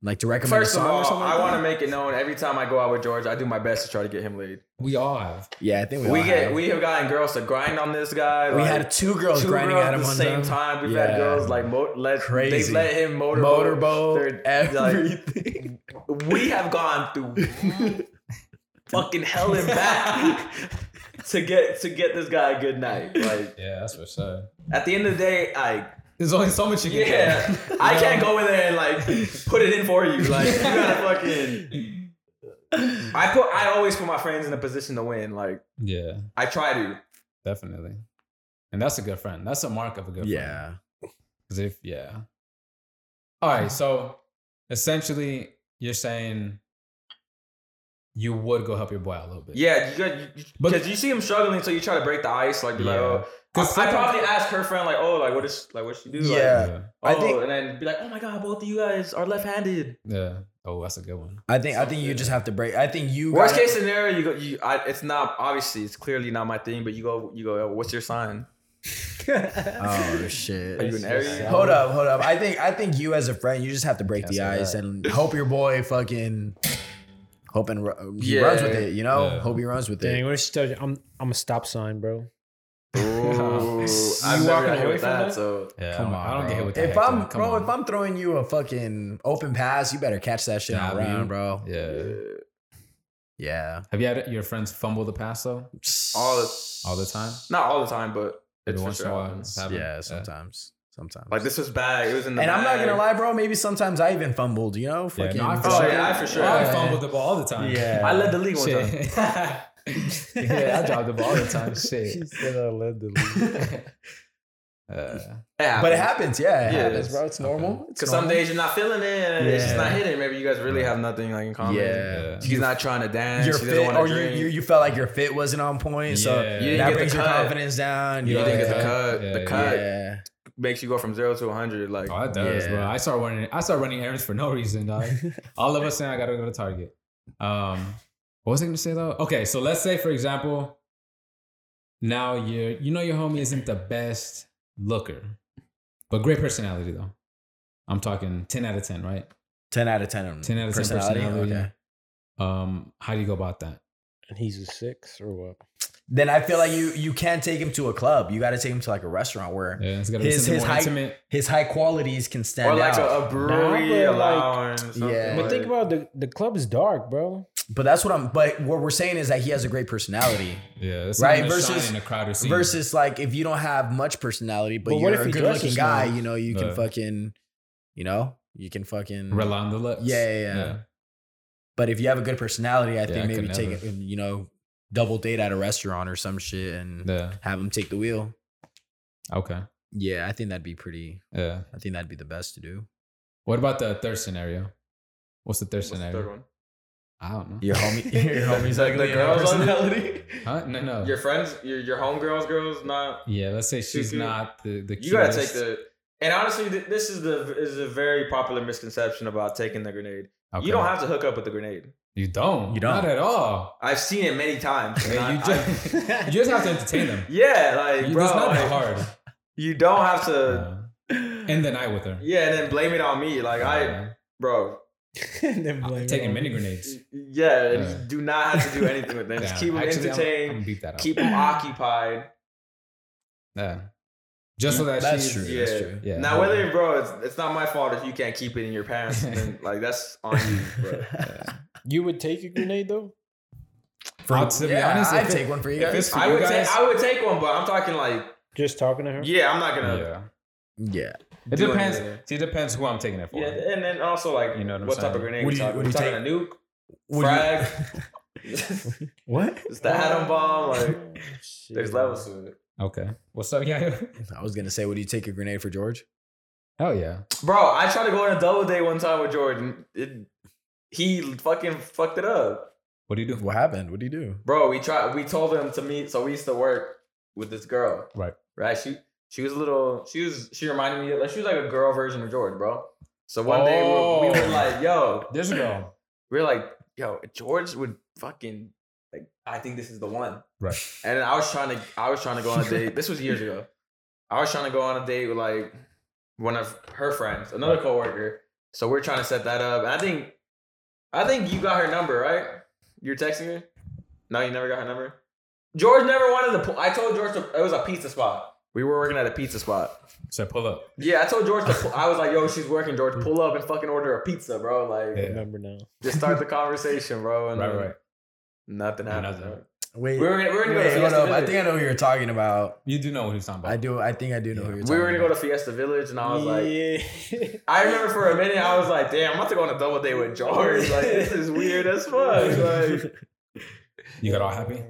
like to recommend
First
a
of
song or
all,
something.
I
like
want to
that.
make it known every time I go out with George, I do my best to try to get him laid.
we all have
Yeah, I think we
We
all
get
have.
we have gotten girls to grind on this guy.
we
like,
had two girls
two
grinding
girls
at him
the
one
same time. We've
Yeah.
had girls like mo- let
Crazy.
They let him motorboat.
Motorboat,
They're, like,
everything.
we have gone through fucking hell and back to get to get this guy a good night. Like
yeah that's what's up
at the end of the day, like
there's only so much you can
yeah, I can't go in there and like put it in for you. Like you gotta fucking. I put I always put my friends in a position to win. Like
get yeah
I try to.
Definitely. And that's a good friend. That's a mark of a good friend.
yeah,
Because if, yeah. All right. So essentially, you're saying you would go help your boy out a little bit.
Yeah, you got
But-
because you see him struggling, so you try to break the ice. Like be like,
Yeah.
oh,
'Cause
I, I
sometimes-
probably ask her friend like, oh, like what is like what she do? Like,
Yeah.
oh,
I think-
and then be like, oh my god, both of you guys are left-handed.
Yeah. Oh, that's a good one.
I think I think you just have to break. I think you
Worst
gotta-
case scenario, you go. You, I, it's not obviously. It's clearly not my thing. But you go. You go. "Oh, What's your sign?
Oh shit.
Are you an Aries?
Hold up, hold up. I think I think you as a friend, you just have to break the
That's
ice and hope your boy fucking hope and ru- he
Yeah.
runs with it. You know,
Yeah.
hope he runs with
Dang,
it.
what if she tells you I'm I'm a stop sign, bro?
You
Ooh, I've never
walking
got hit
away
with
from
that,
that?
So
Yeah.
Come
I don't
on,
get hit
bro.
with that.
If
heck,
I'm
man. Come
bro,
on.
if I'm throwing you a fucking open pass, you better catch that shit
Yeah,
on
I mean,
round, bro. Yeah.
Yeah. Have you had your friends fumble the pass though?
all the,
All the time?
not all the time, but
Every
it's for
once in a
sure
while,
happens.
it's happened.
Yeah, sometimes, sometimes.
Like this was bad. It was in the.
and I'm not
bag.
gonna lie, bro. Maybe sometimes I even fumbled. You know,
Yeah,
fucking.
no, I for
Oh
sure.
yeah, I for sure.
I
Yeah.
fumbled the ball all the time.
Yeah.
I led the league one time.
Shit. yeah, I dropped the ball all the time. Shit.
said I led the league.
Uh,
Yeah,
but it happens. Yeah, it
Yeah,
happens,
it's-
bro. It's normal. It's
Because some
normal.
days you're not feeling it, and it's just
Yeah.
not hitting. Maybe you guys really have nothing like in common.
Yeah.
she's not trying to dance.
your
she doesn't
fit,
want
or
to
you,
drink.
you you felt like your fit wasn't on point, so
Yeah. You
didn't get
that
the
brings your
cut.
confidence down.
You
know,
didn't get the
yeah.
cut.
Yeah,
the
yeah.
cut
Yeah.
makes you go from zero to hundred. Like
Oh, it does,
Yeah.
bro. I start running. I start running errands for no reason. Dog. All of a sudden, I gotta go to Target. Um, what was I gonna say though? Okay, so let's say for example, now you you know your homie isn't the best looker, but great personality though. I'm talking ten out of ten, right?
Ten out of ten. on
10 out of 10 personality,
Okay.
Um, how do you go about that?
And he's a six or what?
then I feel like you you can't take him to a club. You got to take him to like a restaurant where
Yeah, it's gotta
his
be something
his
more
high
intimate.
his high qualities can stand
or like
out.
a, a brewery
but like-
allowance. or something
Yeah.
But
like-
think about the the club is dark, bro.
but that's what I'm. But what we're saying is that he has a great personality.
Yeah, that's
Right,
something to shine
versus-
in a crowded scene.
Versus like if you don't have much personality, but,
But what
you're
if
a
he
good looking
dresses
guy,
nice?
you know, you can
Yeah.
fucking, you know, you can fucking.
rely on the looks.
Yeah, yeah, yeah. But if you have a good personality, I think
I
maybe
could
take
never.
it, you know, double date at a restaurant or some shit and
yeah.
have him take the wheel.
Okay.
Yeah, I think that'd be pretty.
Yeah.
I think that'd be the best to do.
What about the third scenario? What's the third
What's the
scenario?
third one?
I don't know.
Your homie, your homie's
The-
ugly.
the
and her
girls
personality-
personality.
Huh? No, no.
Your friends, your your homegirls, girls, not.
yeah, let's say she's
Suki.
not the the.
You gotta take
cutest.
the. And honestly, th- this is the is a very popular misconception about taking the grenade.
Okay.
You don't have to hook up with the grenade.
You don't.
You don't.
Not at all.
I've seen it many times. and
Hey,
I-
you
I-
just you just have to entertain them.
yeah, like
You-
bro,
it's not that
like,
hard.
you don't have to.
Uh, end the night with her.
Yeah, and then blame it on me. Like I,
Uh,
bro,
And then blame it
taking
on
mini
me.
grenades.
yeah, and
Yeah.
you do not have to do anything with them. Just
Damn.
keep them
Actually, I'm- I'm,
entertained,
gonna beat that up.
keep them occupied.
Yeah. Just so that
That's
she's
true.
Yeah.
That's true.
Yeah.
now, whether bro, it's, it's not my fault if you can't keep it in your pants. then, like that's on you, bro.
You would take a grenade though.
I'll- to be
yeah,
honest, if
I'd
it-
take one for you
if
guys.
it's for
I
you
would
guys,
take I would take one, but I'm talking like
Just talking to her.
yeah, I'm not gonna.
yeah.
Yeah.
It
Do
depends.
anything.
See, it depends who I'm taking it for.
Yeah, and then also like
You know what I'm
what type
saying?
of grenade
What
we
do you-
talking?
what do
we
you
talking a nuke,
Would you-
frag,
what?
it's the atom bomb. Like
Shit.
there's levels to it,
Okay. What's up, yeah?
I was gonna say, would you take a grenade for George?
Hell yeah.
bro. I tried to go on a double date one time with Jordan. It, he fucking fucked it up,
What do you do?
What happened? What do you do?
bro. We tried. We told him to meet. So we used to work with this girl,
Right.
Right. She she was a little. She was. She reminded me. Of, like she was like a girl version of Jordan, bro. So one day we were, we were
Oh.
like, yo,
This girl.
we are like, yo, George would fucking like, I think this is the one.
Right.
And I was trying to, I was trying to go on a date. this was years ago. I was trying to go on a date with like one of her friends, another coworker. So we're trying to set that up. And I think, I think you got her number, right? You're texting her. No, you never got her number. George never wanted to. Pull, I told George to, it was a pizza spot. We were working at a pizza spot.
So pull up.
Yeah, I told George to. Pull, I was like, "Yo, she's working. George, pull up and fucking order a pizza, bro." Like,
Yeah.
Remember now.
just start the conversation, bro. And
Right,
then
right.
Nothing happened.
Nothing.
bro.
Wait,
We were gonna, we were gonna
wait,
go to
hold
Fiesta
up. I
Village.
think I know who you're talking about.
You do know what he's talking about.
I do. I think I do know who you're talking
we were gonna go
about.
to Fiesta Village, and I was like,
yeah.
I remember for a minute, I was like, damn, I'm about to go on a double date with George. Like, this is weird as fuck. Like,
You got all happy?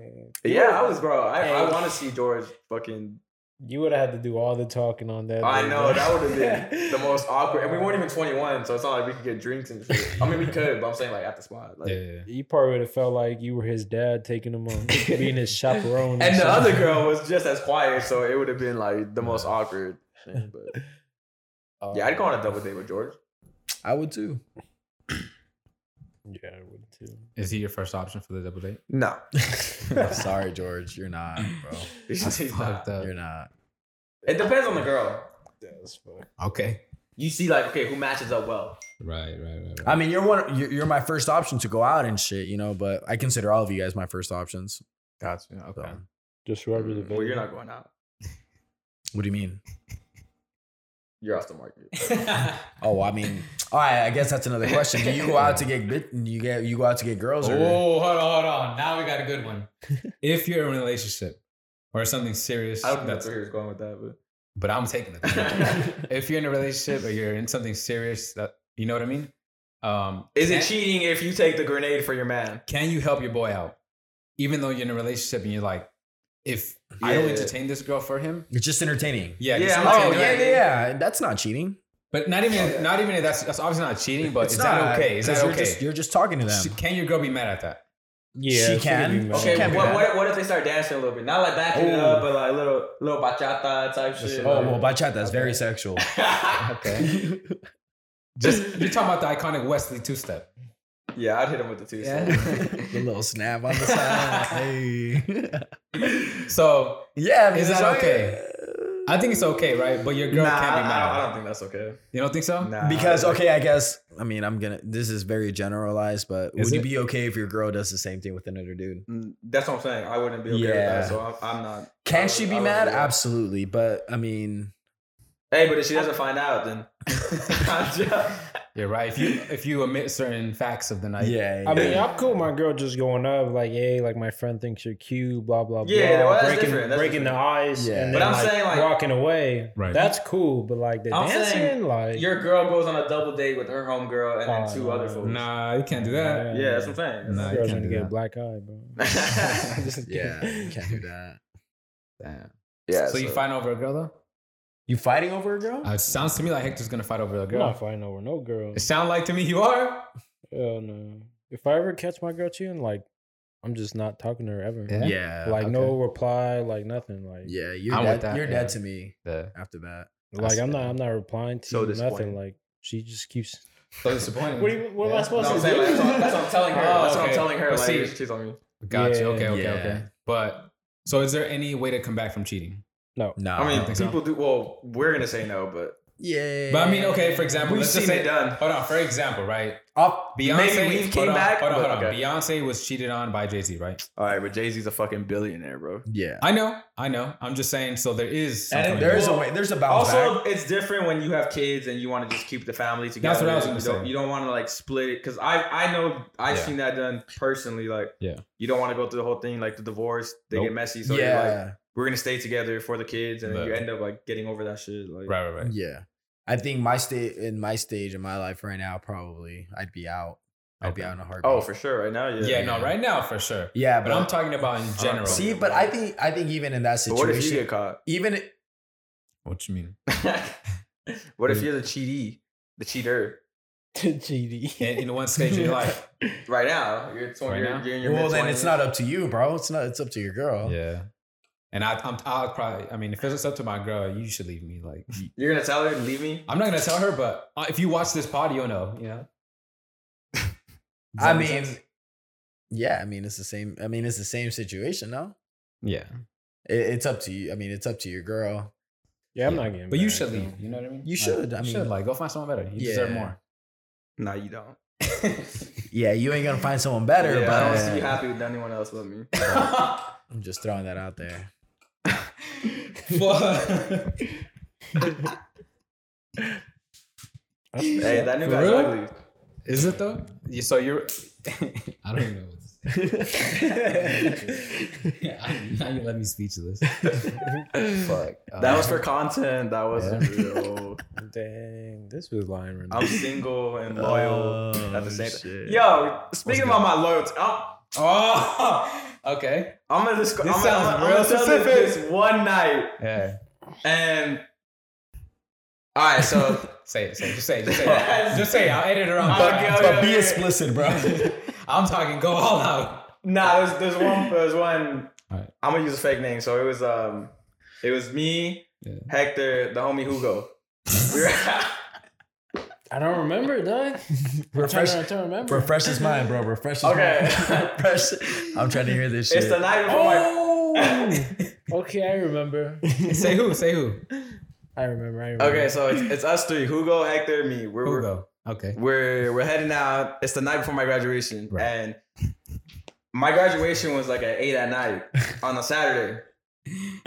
yeah, I was, bro. I, I
Hey.
want to see George fucking.
You would have had to do all the talking on that.
I
day,
know
bro.
that would have been the most awkward, and we weren't even 21, so it's not like we could get drinks and shit. I mean, we could, but I'm saying like at the spot. Like,
Yeah, yeah, yeah.
You probably would have felt like you were his dad taking him on, being his chaperone.
And
or
the
something.
other girl was just as quiet, so it would have been like the most awkward. Thing, but yeah, I'd go on a double date with George.
I would too.
Yeah, I would too.
Is he your first option for the double date?
No,
Sorry, George. You're not, bro.
That's fucked up.
You're not.
It depends on the girl.
That's fucked.
Okay.
You see, like, okay, who matches up well?
Right, right, right.
I
right.
mean, you're one. You're, you're my first option to go out and shit, you know. But I consider all of you guys my first options.
Gotcha. Okay.
So.
Just whoever the
Mm, Well, you're not going out.
What do you mean?
You're off the market.
Oh, I mean, all right. I guess that's another question. Do you go out to get bit? You get you go out to get girls? Or,
Oh, hold on, hold on. Now we got a good one. if you're in a relationship or something serious,
I don't know
that's
where he was going with that,
but I'm taking it.
but
if you're in a relationship or you're in something serious, that you know what I mean? Um,
is
can-
it cheating if you take the grenade for your man?
Can you help your boy out? Even though you're in a relationship and you're like, if I don't
Yeah.
entertain this girl for him,
it's just entertaining.
yeah,
Yeah,
just
I'm
entertain
Oh
her.
yeah, yeah, yeah. That's not cheating.
But not even, not even if that's that's obviously not cheating. But
It's
is
not,
that okay? Is
'cause
that
You're
okay?
just, you're just talking to them.
Sh- Can your girl be mad at that?
Yeah,
She
it's gonna
can.
be mad.
She
Okay,
can't be
what,
bad.
what, what if they start dancing a little bit? Not like backing it
Ooh.
up, but like little little bachata type shit.
oh well, bachata is very sexual.
Okay. just you're talking about the iconic Wesley two-step.
yeah, I'd hit him with the two.
the little snap on the side. hey.
So
Yeah, I mean,
Is that
so-
okay? I think it's okay, right? But your girl
nah,
can't
I,
be mad.
I don't think that's okay.
you don't think so?
Nah,
Because okay, I guess I mean I'm gonna. This is very generalized, but
Is
would you
it?
be okay if your girl does the same thing with another dude?
Mm, that's what I'm saying. I wouldn't be okay
Yeah.
with that, so I'm, I'm not. I
Can
would-
she
I
be
would
mad?
do that.
Absolutely, but I mean,
Hey, but if she doesn't find out, then I'm just-
You're right. If you if you omit certain facts of the night,
yeah.
I mean,
yeah.
I'm cool. with My girl just going up like, hey, like my friend thinks you're cute, blah blah blah.
Yeah, well, that's
breaking
different, that's
breaking the ice,
Yeah.
and
But
then
I'm
like,
saying, like-
walking away.
Right.
That's cool, but like the
I'm
dancing,
saying
like
your girl goes on a double date with her homegirl and then
Oh,
two
no.
other fools.
Nah, you can't do that.
Yeah, that's what I'm saying.
Nah,
Your
you
girl's
can't
gonna
do
get a
that.
black eye, bro.
Just-
yeah, you can't do that.
Damn.
yeah.
so, you find over a girl though?
You fighting over a girl?
Uh, it sounds to me like Hector's gonna fight over a
I'm
girl.
not fighting over no girl.
It sounds like to me you are.
Hell no. If I ever catch my girl cheating, like I'm just not talking to her ever.
Yeah.
yeah,
Like no reply, like nothing. Like
yeah. You're
I'm with
dead,
that,
you're
yeah.
dead to me
The-
after that.
like I'm not I'm not replying to
So
you, nothing.
disappointing.
Like she just keeps
so disappointing.
What do you, what am
Yeah.
I
No,
supposed
I'm
to
saying,
do?
like, that's, what, that's what I'm telling her.
Oh,
that's what
okay.
I'm telling her.
But
Like,
see-
she's on me.
Gotcha.
Yeah.
okay. Okay.
Yeah.
Okay. But so is there any way to come back from cheating?
no.
No,
I mean,
think so.
people do. Well, we're gonna say no, but
yeah.
But I mean, okay. For example,
we've
let's just
seen
say
it done.
Hold on. For example, right?
I'll-
Beyonce
Maybe we
hold
came
on,
back,
Hold on,
but
hold on.
okay.
Beyonce was cheated on by Jay Z, right?
All right, but Jay Z's a fucking billionaire, bro.
yeah.
I know, I know. I'm just saying. So there is. some
And
coming
There is a
Well,
way. There's a bounce
Also,
back.
it's different when you have kids and you want to just keep the family together.
what I was gonna
you don't,
say.
You don't want to like split it because I I know I've
Yeah.
seen that done personally. Like
Yeah.
you don't want to go through the whole thing like the divorce. They
Nope.
get messy, so yeah. you're like
yeah,
we're gonna stay together for the kids, and then you
Right.
end up like getting over that shit. Like
Right, right, right.
yeah. I think my state in my stage in my life right now, probably I'd be out. I'd be
Okay.
out in a heartbeat.
oh, for sure. Right now, yeah.
Yeah, no, right now for sure.
Yeah,
But
but,
I'm talking about in general.
see, but I think I think even in that
But what if you
situation,
get caught?
even
What you mean?
what if you're the cheatee, the cheater?
GD.
In, in one stage of your life.
Right now, you're, 20,
Right
you're,
now?
you're in your
well, then
mid-twenties.
it's not up to you, bro. It's not. It's up to your girl.
Yeah. And I, I'm, I'll probably. I mean, if it's up to my girl, you should leave me. Like,
You're gonna tell her and leave me.
I'm not gonna tell her, but uh, if you watch this pod, you'll know. You know. Does
I
that make
mean,
sense?
yeah. I mean, it's the same. I mean, it's the same situation. No,
Yeah.
it, it's up to you. I mean, it's up to your girl.
Yeah, I'm
Yeah.
not getting
But you
back,
should
so.
leave. You know what I mean?
You should, I
you
mean-
should like go find someone better. You deserve
Yeah.
more.
No, you don't.
Yeah, you ain't gonna find someone better.
Yeah,
but
I don't see you happy with anyone else but me.
I'm just throwing that out there.
hey, that new
For
guy's
real?
ugly.
Is it though? You- So you're. I don't even know. What to say. now you let me speechless. Fuck.
That was for content. That wasn't real.
Dang, this was lying right now.
I'm single and
Oh,
loyal at the same time.
shit.
Yo, speaking about my loyalty, I'm,
Oh. Okay.
I'm gonna describe.
This
I'm,
sounds
gonna- I'm,
real
gonna tell you
specific.
this one night
Yeah.
and. All right, so
Say it. Say it. Just say it. Just say it. Just say it. I'll edit around.
Okay, okay.
But be explicit, bro.
I'm talking. Go all out.
nah, there's there's one there's one.
Alright.
I'm gonna use a fake name. So it was um, it was me,
Yeah.
Hector, the homie Hugo. We were-
I don't remember, Doug. I'm trying
Refresh-
to, I'm trying to remember.
Refresh his mind, bro. Refresh his
Okay.
mind. Refresh. I'm trying to hear this shit.
It's the night before
Oh!
my.
okay, I remember.
Say who? Say who?
I remember. I remember.
okay, so it's, it's us three: Hugo, Hector, me. We're,
Who
We're,
go? Okay.
we're we're heading out. It's the night before my graduation,
Right.
and my graduation was like at eight at night on a Saturday.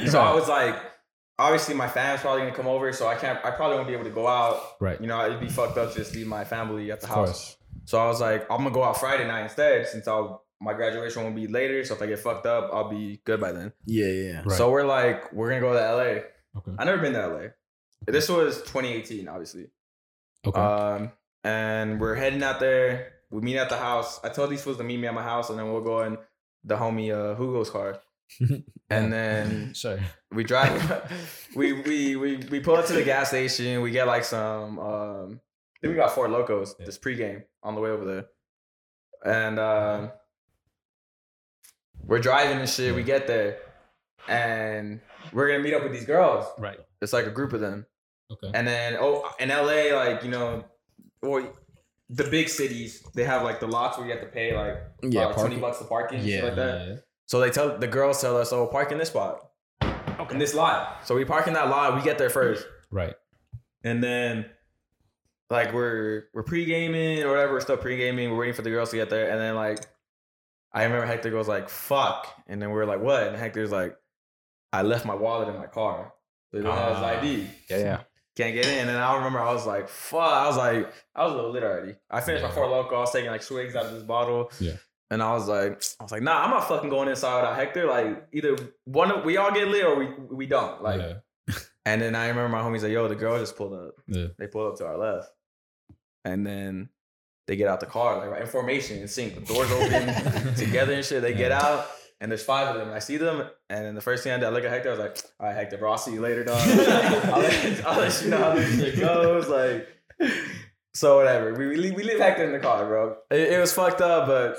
So I was like, obviously my family's probably gonna come over, so I can't. I probably won't be able to go out.
Right.
You know, it'd be fucked up to just leave my family at the
Of
house.
course.
So I was like, I'm gonna go out Friday night instead, since I'll my graduation will be later. So if I get fucked up, I'll be good by then.
yeah, yeah.
Right.
So we're like, we're gonna go to LA.
Okay.
I never been to LA. This was 2018, obviously.
Okay.
Um, and we're heading out there. We meet at the house. I told these fools to meet me at my house, and then we'll go in the homie uh, Hugo's car. and then
sure.
we drive. we, we we we pull up to the gas station. We get like some. Um, I think we got four locos
Yeah.
this pregame on the way over there, and um, we're driving and shit. We get there, and we're gonna meet up with these girls.
Right.
It's like a group of them,
Okay.
and then oh, in LA, like you know, or the big cities, they have like the lots where you have to pay like
Yeah,
uh, twenty
parking.
bucks to parking, and shit
Yeah,
like that. So they tell the girls tell us, "Oh, park in this spot." in this lot. So we park in that lot. We get there first,
Right.
and then like we're we're pre gaming or whatever. We're still pre gaming. We're waiting for the girls to get there, and then like I remember Hector goes like "fuck," and then we are like "what?" and Hector's like, "I left my wallet in my car." So he doesn't have his
Ah.
ID.
Yeah, yeah.
Can't get in. And I remember I was like, fuck. I was like, I was a little lit already. I finished my
Yeah.
four local. I was taking like swigs out of this bottle.
Yeah.
And I was like, I was like, nah, I'm not fucking going inside without Hector. Like, either one of we all get lit or we we don't. Like,
yeah.
and then I remember my homies like, yo, the girl just pulled up.
Yeah.
They pulled up to our left. And then they get out the car, like right in formation in sync. The doors open together and shit. They get out. And there's five of them. I see them, and then the first thing I did, I look at Hector. I was like, "All right, Hector, bro, I'll see you later, dog. I'll, let, I'll let you know how this shit goes." Like, so whatever. We we leave, we leave Hector in the car, bro. It, it was fucked up, but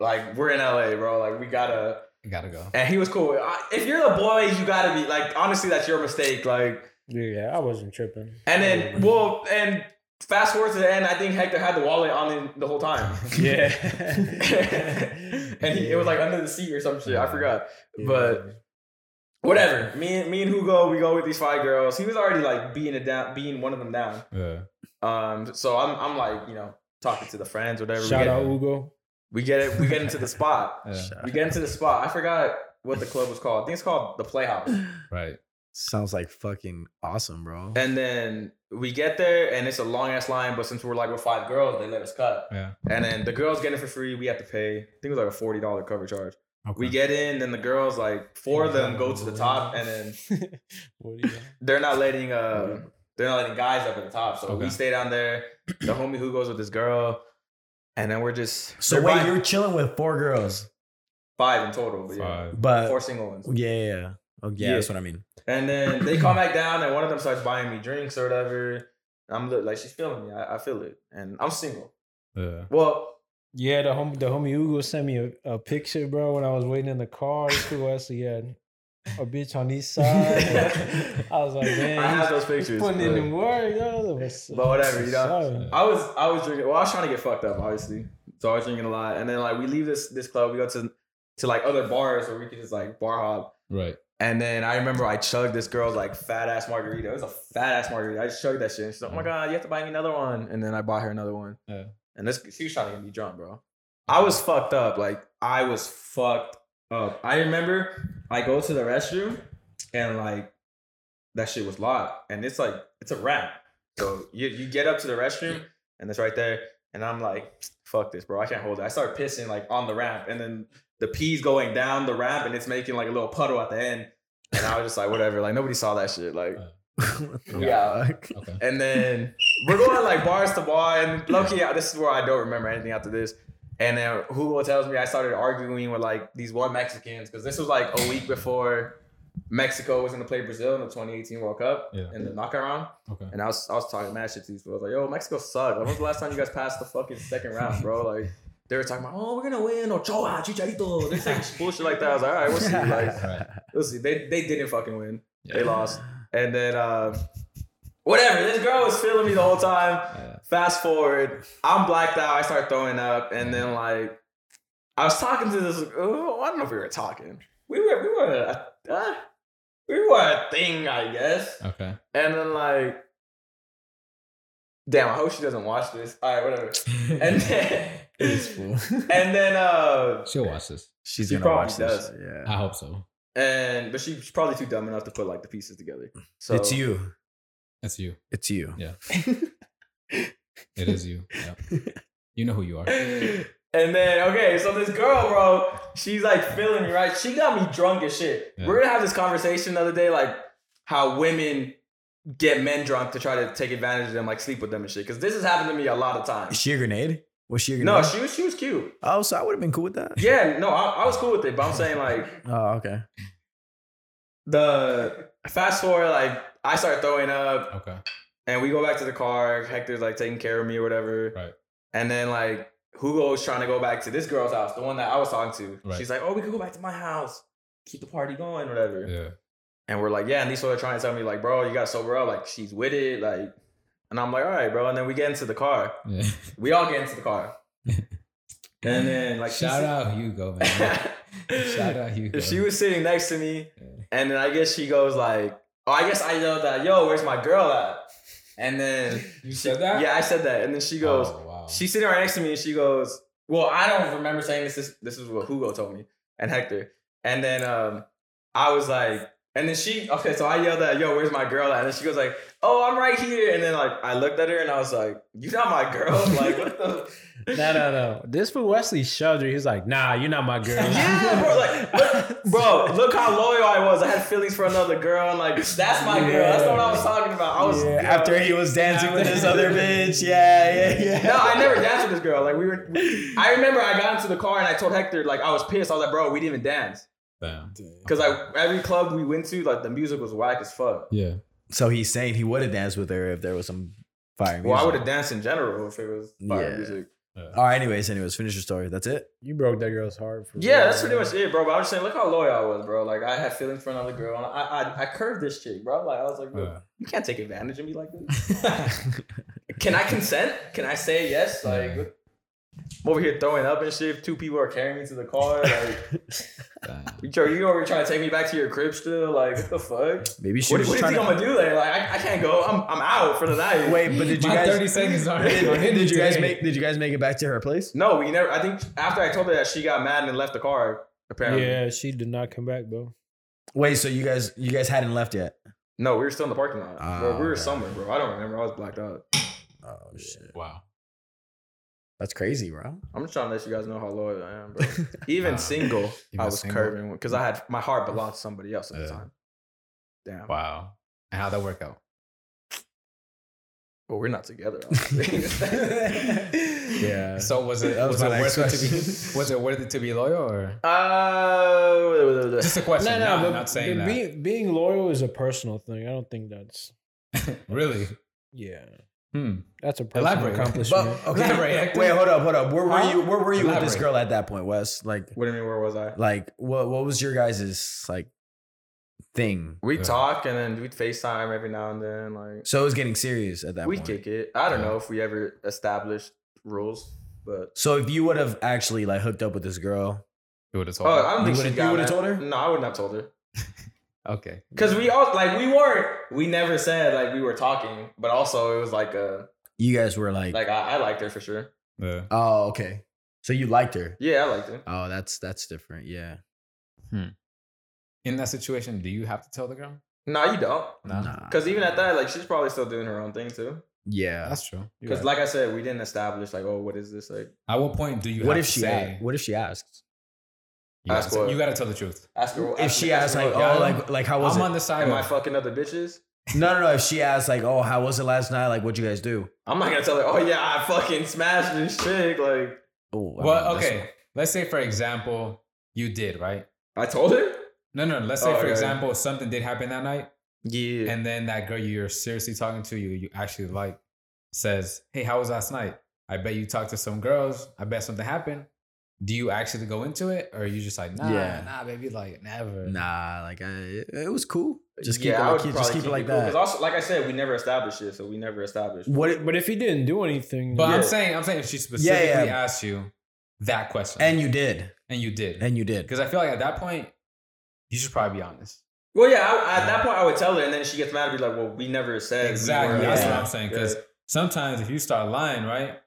like we're in LA, bro. Like we gotta
You gotta go.
and he was cool. I- If you're the boy, you gotta be like honestly, that's your mistake. Like,
Yeah, I wasn't tripping.
and then well, and fast forward to the end, I think Hector had the wallet on him the whole time,
yeah,
and he, it was like under the seat or some shit. I forgot,
Yeah.
but whatever. Me and me and Hugo, we go with these five girls. He was already like being a down, being one of them down.
Yeah.
Um, so I'm I'm like you know talking to the friends, whatever. we,
shout
get,
out Ugo.
we get it. We get into the spot.
Yeah.
We get into the spot. I forgot what the club was called. I think it's called the Playhouse.
Right.
Sounds like fucking awesome, bro.
And then we get there, and it's a long ass line. But since we're like with five girls, they let us cut.
Yeah.
And then the girls get in for free. We have to pay. I think it was like a forty dollar cover charge.
Okay.
We get in, then the girls like four of them go to the top, and then
what do you
they're not letting uh they're not letting guys up at the top. So
Okay.
we stay down there. The homie who goes with this girl, and then we're just
So
they're
wait,
buying
you're chilling with four girls,
five in total, but yeah,
Five.
but
four single ones.
yeah, yeah, yeah. Oh, yeah,
Yeah.
that's what I mean.
And then they come back down, and one of them starts buying me drinks or whatever. I'm li- like, she's feeling me. I, I feel it, and I'm single.
Yeah.
Well,
Yeah, the homie, the homie Ugo sent me a, a picture, bro, when I was waiting in the car. This fool actually had a bitch on each side. I was like, Oh, man,
I have
he's-
those
he's
pictures.
putting
But,
in the work, yo. What's-
but whatever, you know.
Sorry.
I was I was drinking. Well, I was trying to get fucked up, obviously. So I was drinking a lot, and then like we leave this this club, we go to to like other bars where we could just like bar hop.
Right.
And then I remember I chugged this girl's like fat ass margarita. It was a fat ass margarita. I just chugged that shit. And she's like, "Oh my god, you have to buy me another one." And then I bought her another one.
Yeah.
And this she was trying to get me drunk, bro. I was fucked up. Like I was fucked up. I remember I go to the restroom and like that shit was locked. And it's like it's a wrap. So you you get up to the restroom and it's right there. And I'm like, fuck this, bro. I can't hold it. I start pissing like on the ramp, and then the pee's going down the ramp, and it's making like a little puddle at the end. And I was just like, whatever. Like nobody saw that shit. Like, Yeah.
Okay.
and then we're going like bars to bar, and lucky this is where I don't remember anything after this. And then Hugo tells me I started arguing with like these one Mexicans because this was like a week before Mexico was gonna play Brazil in the 2018 World Cup
Yeah.
in the knockout round.
Okay.
And I was I was talking mad shit to these fools. Like, yo, Mexico sucked. When was the last time you guys passed the fucking second round, bro? Like, they were talking about, oh, we're gonna win. Ochoa, Chicharito. They're saying bullshit like that. I was like, all right, we'll see. Like,
Right.
we'll see. They they didn't fucking win. They lost. And then uh, whatever. This girl was feeling me the whole time.
Yeah.
Fast forward, I'm blacked out. I start throwing up, and then like, I was talking to this. Oh, I don't know if we were talking. We were we were a, uh, we were a thing, I guess.
Okay.
And then like, damn, I hope she doesn't watch this. All right, whatever. And then, and then uh,
She'll watch this.
She's
She
gonna
probably
watch this.
does.
Yeah.
I hope so.
and but she, she's probably too dumb enough to put like the pieces together. So
It's you.
That's you.
It's you.
It is you. Yep. You know who you are.
And then okay, so this girl, bro, she's like feeling me, right? She got me drunk as shit.
Yeah.
We're gonna have this conversation the other day, like how women get men drunk to try to take advantage of them, like sleep with them and shit. Because this has happened to me a lot of
Is
times.
she a grenade? Was she a
No,
grenade?
she was she was cute.
Oh, so I would have been cool with that.
Yeah, no, I, I was cool with it, but I'm saying like
Oh, okay.
the fast forward, like I start throwing up,
Okay.
and we go back to the car. Hector's like taking care of me or whatever.
Right.
And then like Hugo's trying to go back to this girl's house, the one that I was talking to.
Right.
She's like, "Oh, we could go back to my house, keep the party going, whatever."
Yeah.
And we're like, "Yeah." And these people are trying to tell me like, "Bro, you got to sober up." Like she's with it, like. And I'm like, "All right, bro." And then we get into the car.
Yeah.
We all get into the car. and then like
shout out Hugo, man. shout out Hugo.
If she was sitting next to me,
Yeah.
And then I guess she goes like, "Oh, I guess I know that. Yo, where's my girl at?" And then
You
she-
said that?
Yeah, I said that. And then she goes,
Oh, wow.
she's sitting right next to me, and she goes, "Well, I don't remember saying this. This, this is what Hugo told me and Hector." And then um, I was like, and then she, okay, so I yelled at, "Yo, where's my girl?" At? And then she goes like, "Oh, I'm right here." And then like I looked at her and I was like, "You not my girl?" Like what the?
No, no, no. This for Wesley shoved her. He's like, nah, you're not my girl.
Yeah, bro. Like, look, bro, look how loyal I was. I had feelings for another girl, and like that's my girl. That's not what I was talking about. I was
Yeah, after he was dancing with this other bitch. Yeah, yeah, yeah.
no, I never danced with this girl. Like we were. we- I remember I got into the car and I told Hector like I was pissed. I was like, bro, we didn't even dance
Damn.
because like every club we went to, like the music was whack as fuck.
Yeah.
So he's saying he would have danced with her if there was some fire.
Well, I would
music.
have danced in general if it was fire
Yeah.
music.
All right. Anyways, anyways, finish your story. That's it.
You broke that girl's heart. For
Yeah,
real,
that's pretty
bro.
much it, bro. But I'm just saying, look how loyal I was, bro. Like I had feelings for another girl, and I I, I curved this chick, bro. Like I was like, bro,
Yeah.
you can't take advantage of me like this. Can I consent? Can I say yes? Like
Yeah.
I'm over here throwing up and shit. If two people are carrying me to the car, like
Damn.
you try- you over here trying to take me back to your crib still? Like what the fuck?
Maybe she
What,
was
do- what do you
trying
think I'm
to.
gonna do? Like, like I, I can't go. I'm I'm out for the night.
Wait, but did you
My
guys?
30 seconds are
Did, did you guys make? Did you guys make it back to her place?
No, we never. I think after I told her that, she got mad and left the car. Apparently.
Yeah, she did not come back, bro.
Wait, so you guys, you guys hadn't left yet?
No, we were still in the parking lot. bro,
Oh,
we were
yeah.
somewhere, bro. I don't remember. I was blacked out.
Oh shit,
Wow.
that's crazy, bro.
I'm just trying to let you guys know how loyal I am, bro. Even
Nah.
single, I
Even
was
single?
curving because I had my heart belonged to somebody else at the
Yeah.
time. Damn.
Wow. And how'd that work out?
Well, we're not together. obviously.
Yeah.
So was it
That was
was, it
my next
worth it to be
question.
was it worth it to be loyal or
Uh,
just a question?
No,
No,
no,
I'm
but
not saying
the-
that.
Being, being loyal is a personal thing. I don't think that's
really?
yeah.
Hmm.
That's a personal
Elaborate.
accomplishment.
But uh, okay,
Elaborate, Hector.
wait, hold up, hold up. Where were
Huh?
you? Where were you with this
Elaborate.
girl at that point, Wes? Like,
what do you mean? Where was I?
like what? What was your guys' like thing?
We
Yeah.
talk and then we FaceTime every now and then. Like
So it was getting serious at that
we
point.
kick it. I don't
Yeah.
know if we ever established rules, but
So if you would have actually like hooked up with this girl,
You would have told
oh,
her.
I don't think
You
she
would've- you would've told her?
No, I wouldn't have told her
Okay.
because we all like we weren't. We never said like we were talking, but also it was like uh
you guys were like,
like I, I liked her for sure.
Yeah.
oh, okay. So you liked her.
Yeah, I liked her.
Oh, that's that's different. Yeah.
In that situation, do you have to tell the girl?
No, you don't.
No.
Nah.
Because even at that, like she's probably still doing her own thing too.
Yeah.
That's true. You're
Because
right.
like I said, we didn't establish like, oh, what is this like?
At what point do you?
What
have
if
to
she?
say,
a- What if she asks?
You gotta
Ask
tell-
what?
you gotta tell the truth.
Ask her.
If she
ask
asks
her,
like,
yeah,
oh, like like how was
I'm
it?
on the side.
am I
Of,
fucking other bitches?
No, no, no. If she asks like, oh, how was it last night? Like, what'd you guys do?
I'm not gonna tell her. Oh yeah, I fucking smashed this chick. Like
Oh, I
well,
mean, that's-
okay. Let's say for example, you did right.
I told her.
No, no. Let's say
Oh,
for
yeah.
example, something did happen that night,
Yeah.
and then that girl you're seriously talking to, you you actually like, says, "Hey, how was last night? I bet you talked to some girls. I bet something happened." Do you actually go into it, or are you just like, nah,
Yeah.
nah, baby, like never?
Nah, like I, it was cool. Just keep
yeah,
it like, you- just keep it like
Because
that.
also, like I said, we never established it, so we never established.
what? It,
But if he didn't do anything,
But
Yeah.
I'm saying, I'm saying, if she specifically
yeah.
asked you that question,
and you did,
and you did,
and you did.
because I feel like at that point, you should probably be honest.
Well, yeah. I, at that point, I would tell her, and then she gets mad and be like, "Well, we never said we
Exactly.
were-
That's
Yeah.
what I'm saying. Because
Yeah.
sometimes if you start lying, right,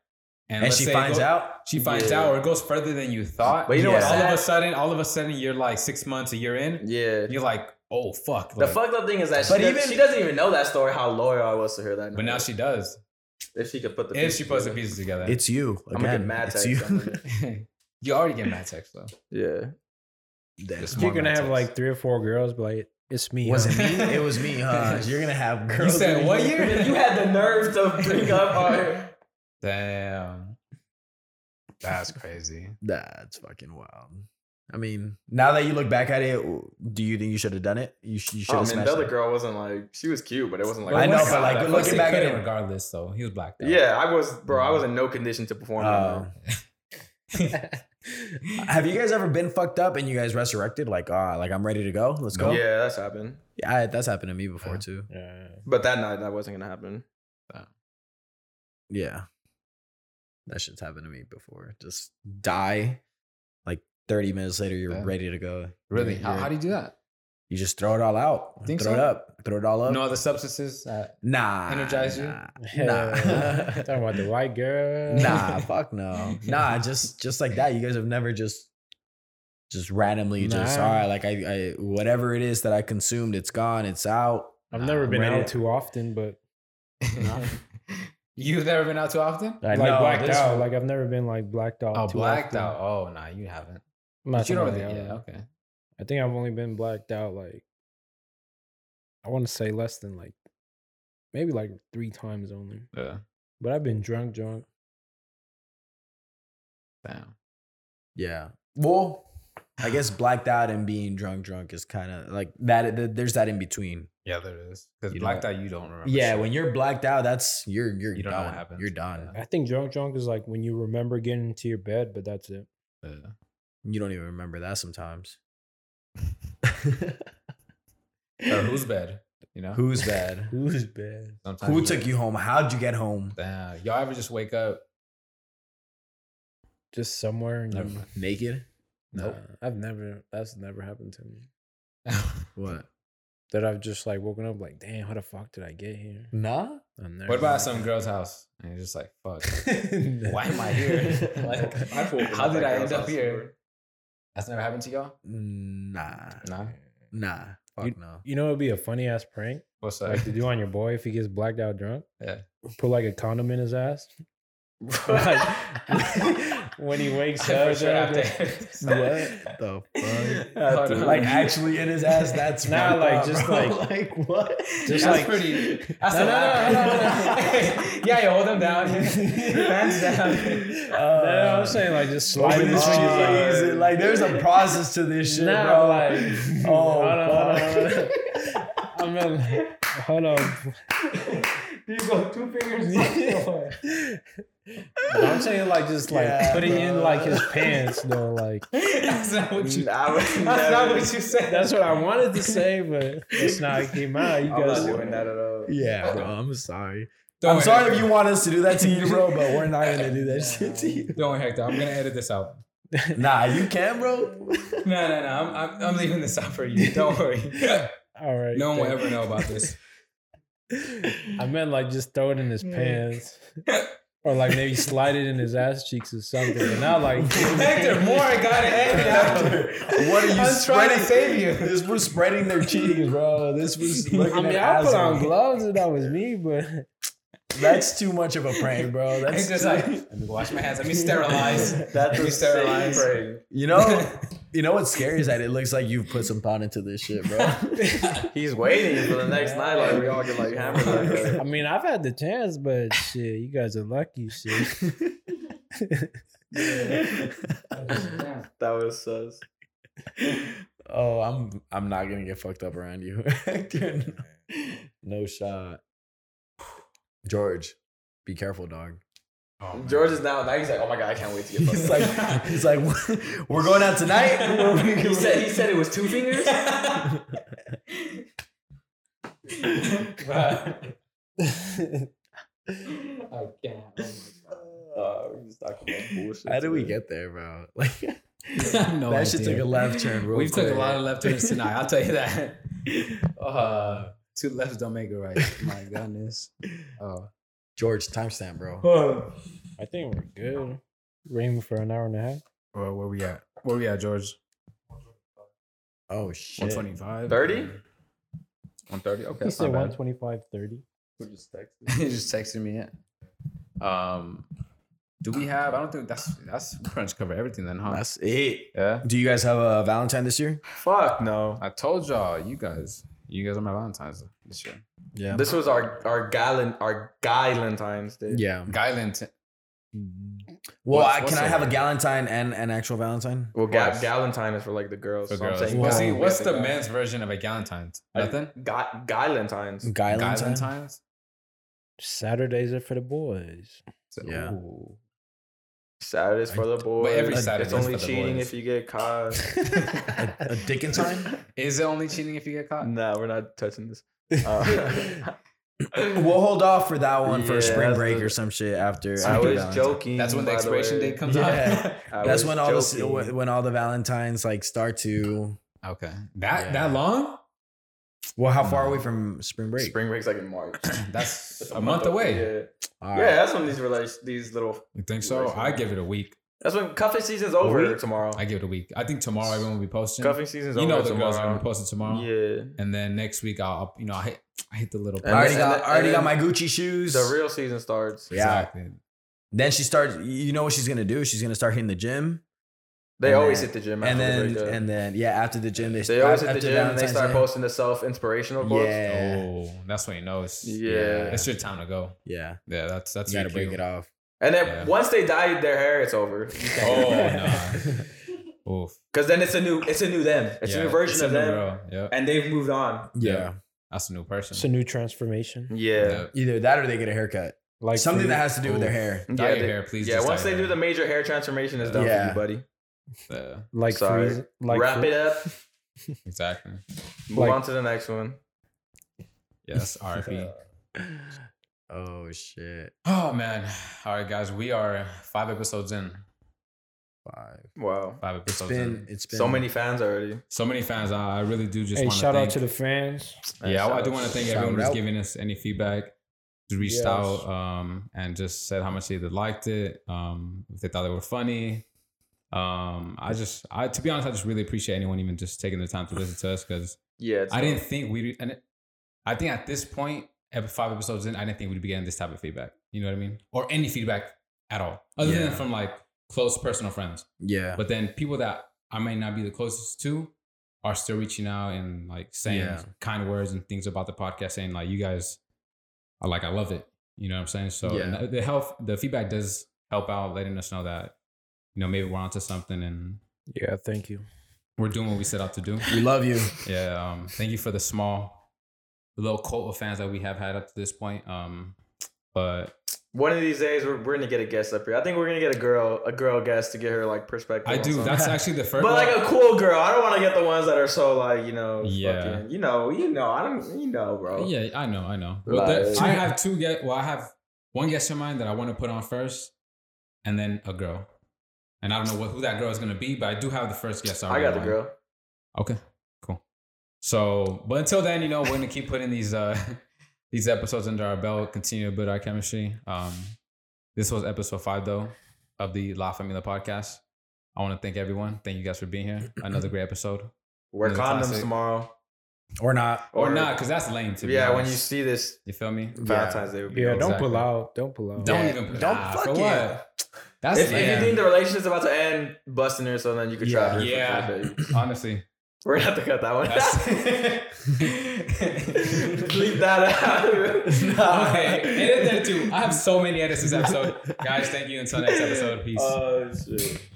And,
let's
she
say it
finds
go-
out.
she finds
Yeah.
out, or it goes further than you thought.
But you know
and
what's
All of
sad?
a sudden, all of a sudden, you're like six months, a year in,
Yeah.
and you're like, oh fuck.
The
like-
fucked up thing is that she,
But
does,
even-
she doesn't even know that story. How loyal I was to her that night.
But now she does.
if she could put the
If
pieces
she puts the
together.
pieces together,
It's you
I'm gonna
again.
get mad
it's
text.
you.
on her.
you already get mad text though.
Yeah.
Damn.
It's
you're
more
gonna
mad
have
text.
like three or four girls, but like, it's me.
Was
huh?
it me? It was me, huh? You're gonna have
You
girls.
said
in
what
here.
year?
you had the nerve to bring up our.
Damn. That's crazy.
That's fucking wild. I mean, now that you look back at it, do you think you should have done it? You, sh- you should
I
have
mean,
smashed
Oh, the other
it.
girl wasn't like she was cute, but it wasn't like
I know,
Wesley-
but, like,
Wesley
looking back at
couldn't
it-
regardless though, he was blacked out.
Yeah, I was, bro. I was in no condition to perform. that
Oh.
night.
have you guys ever been fucked up and you guys resurrected? Like, ah, like I'm ready to go. Let's go.
Yeah, that's happened.
Yeah, I, that's happened to me before
Yeah.
too.
Yeah.
But that night, that wasn't gonna happen.
Yeah. That shit's happened to me before. Just die. Like 30 minutes later, you're
Yeah.
ready to go.
Really?
You're-
How,
you're-
how do you do that?
You just throw it all out.
Think
throw it
so?
up. Throw it all up.
No other substances. Uh,
Nah.
Energize you?
nah,
Yeah.
Nah.
Talking about the white girl.
nah, fuck no. Nah, just just like that. You guys have never just just randomly just
Nah.
all right, like I, I whatever it is that I consumed, it's gone, it's out.
I've
Nah,
never been
right.
out too often, but
You've never been out too often?
like
know,
blacked
this-
out. Like I've never been like blacked out.
Oh,
too
blacked
often.
out. Oh, nah, you haven't. But
I'm not
you don't
talking
really,
about the
yeah,
out.
okay.
I think I've only been blacked out like I want to say less than like maybe like three times only.
Yeah.
But I've been drunk, drunk.
Damn.
Yeah. Well, I guess blacked out and being drunk drunk is kind of like that, that there's that in between.
Yeah, there is. Because
You
blacked out, you don't remember.
Yeah,
shit.
when you're blacked out, that's you're you're
You don't know
done.
what happened.
You're done.
Yeah.
I think drunk, drunk is like when you remember getting into your bed, but that's it.
Yeah.
You don't even remember that sometimes.
Uh, Or who's bad? You know?
Who's bad?
Who's bad?
Sometimes
Who
you-
took you home? How'd you get home?
Damn. Y'all ever just wake up?
Just somewhere. And you,
Mm, Naked?
Nope.
Nah, I've never. That's never happened to me.
What?
That I've just like woken up like, damn, how the fuck did I get here?
Nah.
I'm never.
What about at some girl's house? And you're just like, fuck.
Why
Why am I here? like,
I've woken
how
up
did
like
I
that
end up
last
here?
summer.
That's never happened to y'all?
Nah.
Nah.
Nah. Fuck
You-
no.
You know, it'd be a funny ass prank
What's that?
like to do on your boy if he gets blacked out drunk.
Yeah.
Put like a condom in his ass.
Like,
when he wakes
I for
up,
sure
dog,
have to-
What the
Hold on.
Like actually in his ass. That's
Nah,
fucked
like,
up,
just
bro.
like-
what?
that's
Just like-
pretty. That's
No,
a
no,
lot.
no, no, no,
yeah, you hold them down. Pants down.
No,
uh,
no, I'm saying like just slide
Open
his
his
cheese. Like,
cheese. Like there's a process to this shit,
Nah,
bro.
like-
oh,
Hold on, hold on,
fuck.
I mean, hold on.
You go two fingers.
But I'm saying like just like
Yeah,
put it in
bro.
like his pants though. Like
that's not what you.
I would
That's not
never-
what you said.
that's what I wanted to say, but it's not it came out. You
I'm not
guys,
doing that at all.
Yeah, bro. I'm sorry.
Don't
I'm
worry,
sorry
Hector.
if you want us to do that to you, bro, but we're not gonna do that shit to you.
Don't worry, Hector. I'm gonna edit this out.
Nah, you can, bro.
No, no, no. I'm, I'm, I'm leaving this out for you. Don't worry.
all right.
No one will
thank-
ever know about this.
I meant like just throw it in his pants. Or like maybe slide it in his ass cheeks or something. But not like
Hector Moore got it. Hector.
What are you
I'm trying to
spreading?
save you.
This was spreading their cheeks, bro. This was looking
I mean,
at
I put on
asshole.
gloves if that was me, but
That's too much of a prank, bro. That's
He's just like, let me wash my hands. Let me sterilize.
That's
let me
a
sterilize.
you know, you know what's scary is that it looks like you've put some thought into this shit, bro.
He's waiting for the next night. Like we all get like hammered. Like,
I
uh,
mean I've had the chance, but shit, you guys are lucky shit.
that was sus.
oh, I'm I'm not gonna get fucked up around you. no shot. George, be careful, dog.
George is now. Now he's like, oh my god, I can't wait to get
He's
fucked
like,
up.
he's like, we're going out tonight.
he said. He said it was two fingers. Uh, we're just talking about bullshit
How did we
today.
get there, bro? Like
no
that shit took a left turn. Real
We've
quick.
took a lot of left turns tonight. I'll tell you that. Uh, two lefts don't make it right. My goodness. Oh,
George timestamp, bro.
I think we're good. We're aiming for an hour and a half.
where, where we at? Where we at, George?
Oh shit.
One twenty-five.
30?
130? Okay.
He
that's not
said
bad.
125, 30.
Who just texted?
he just texted me it. Um, do we have? I don't think that's that's pretty much cover everything then, huh?
That's it.
yeah.
Do you guys have a Valentine this year?
Fuck no.
I told y'all, you guys, you guys are my Valentine's this year.
Yeah.
This was our our Gallen our Galentine's Day.
yeah.
Guyland,
Well,
What's-
I,
what's
can I
the-
have a Galentine and an actual Valentine?
Well, ga-
Yes.
Galentine is for like the girls.
for
so I'm
girls.
saying
What's,
Wow.
the,
Gal-
what's the men's version of a Galentine's?
I-
Nothing.
Ga- Galentine's.
Galentine.
Galentine's.
Saturdays are for the boys.
So-
Yeah.
Ooh.
Saturdays for the boys.
every Saturday
It's
is
only
for the
cheating
boys.
if you get caught.
A, a Dickentine?
Is it only cheating if you get caught?
nah, we're not touching this. Uh,
We'll hold off for that one for
Yeah,
spring
that's
break
the-
or some shit after.
I
after
was
Valentine.
joking.
That's when the
by
expiration
way.
date comes
Yeah.
I
That's
was
when all
joking.
the when all the Valentines like start to
out. okay. That
Yeah.
that long?
Well, how far away from spring break?
Spring break's like in March.
That's
It's
a month away.
Yeah,
All
yeah that's when these rela- these little.
You think so? I give it a week.
That's when cuffing season's over tomorrow.
I give it a week. I think tomorrow everyone will be posting.
Cuffing season's
You
over
know the
tomorrow.
girls are gonna be posting tomorrow,
Yeah.
and then next week I'll you know I hit I hit the little
I already
And
got,
then-
I already
and
got
then
my Gucci shoes.
The real season starts.
yeah.
exactly.
Then she starts. You know what she's gonna do? She's gonna start hitting the gym,
They
And
always
then-
hit the gym after
and then
the breakup.
and then yeah, after the gym they,
they always
after
hit the gym and they
Valentine's
start
Day.
posting the self inspirational quotes.
Yeah,
Oh, that's when you know it's
Yeah.
it's your time to go.
yeah.
Yeah, that's that's
You gotta
your
break
cue.
it off.
And then
Yeah.
once they dye their hair, it's over.
Oh no. Oof.
Because then it's a new, it's a new them. It's a
Yeah,
new version
it's
of
new
them,
girl. Yep.
and they've moved on.
Yeah.
yeah.
That's a new person.
It's a new
Mm.
transformation.
Yeah,
Either that or they get a haircut.
Like
Something
for-
that has to do with their
Ooh.
hair.
yeah.
Dye your
they-
hair, please.
yeah,
just dye
once they
your
do the
hair.
major hair transformation, it's done
Yeah.
for you, buddy.
Yeah,
like
Sorry.
freeze, like
Wrap
fr-
it up.
exactly.
Move
Like-
on to the next one.
Yes, RP.
Oh shit!
Oh man. All right, guys, we are five episodes in.
Five.
Wow,
Five
It's
episodes
been.
in.
It's been
so many fans already.
So many fans. I, I really do just
Hey,
want
shout
thank,
out to the fans.
Yeah,
Shout
I, I do
out.
want to thank
Shout
everyone who's
out.
giving us any feedback. Just Reached
Yes.
out um, and just said how much they either liked it, um, if they thought they were funny. Um, I just, I to be honest, I just really appreciate anyone even just taking the time to listen to us because
Yeah, it's
I
dope.
didn't think we, and it- I think at this point, ep- five episodes in, I didn't think we'd be getting this type of feedback. You know what I mean? Or any feedback at all, other
Yeah.
than from like close personal friends.
Yeah.
But then people that I may not be the closest to are still reaching out and like saying
Yeah.
kind words and things about the podcast, saying like, "You guys are like, I love it." You know what I'm saying? So
Yeah.
and the health, the feedback does help out, letting us know that you know maybe we're onto something and
Yeah, thank you.
we're doing what we set out to do.
we love you.
yeah. Um, thank you for the small, little cult of fans that we have had up to this point. Um, but
One of these days, we're, we're gonna get a guest up here. I think we're gonna get a girl, a girl guest to get her like perspective.
I
on
do.
something.
That's actually the first.
But like a cool girl, I don't want to get the ones that are so like you know,
Yeah.
fucking, you know, you know, I don't, you know, bro.
Yeah, I know, I know. Well, there-
Oh. Like-
I have two get. Well, I have one guest in mind that I want to put on first, and then a girl. And I don't know what, who that girl is gonna be, but I do have the first guest.
I
already
got the
in mind.
girl.
Okay, cool. So, but until then, you know, we're gonna keep putting these uh these episodes under our belt, continue to build our chemistry. Um, this was episode five though of the La Familia podcast. I want to thank everyone. Thank you guys for being here. Another great episode,
Wear
Another
condoms
classic.
tomorrow,
Or not.
or, not, because that's lame to be
Yeah, when you
honest.
see this
you feel me?
Valentine's Day, would be
Yeah,
over.
don't
Exactly.
pull out. Don't pull out.
Don't
Yeah,
even put
don't
ah,
fuck
for
it.
what? That's
If, if
lame.
you think the relationship's about to end, busting her so then you can try
Yeah.
her. for
Yeah.
free, baby.
honestly.
We're gonna have to cut that one. out. Leave that out.
Okay,
Uh,
edit that too. I have so many edits this episode, guys. Thank you. Until next episode, peace.
Oh shit.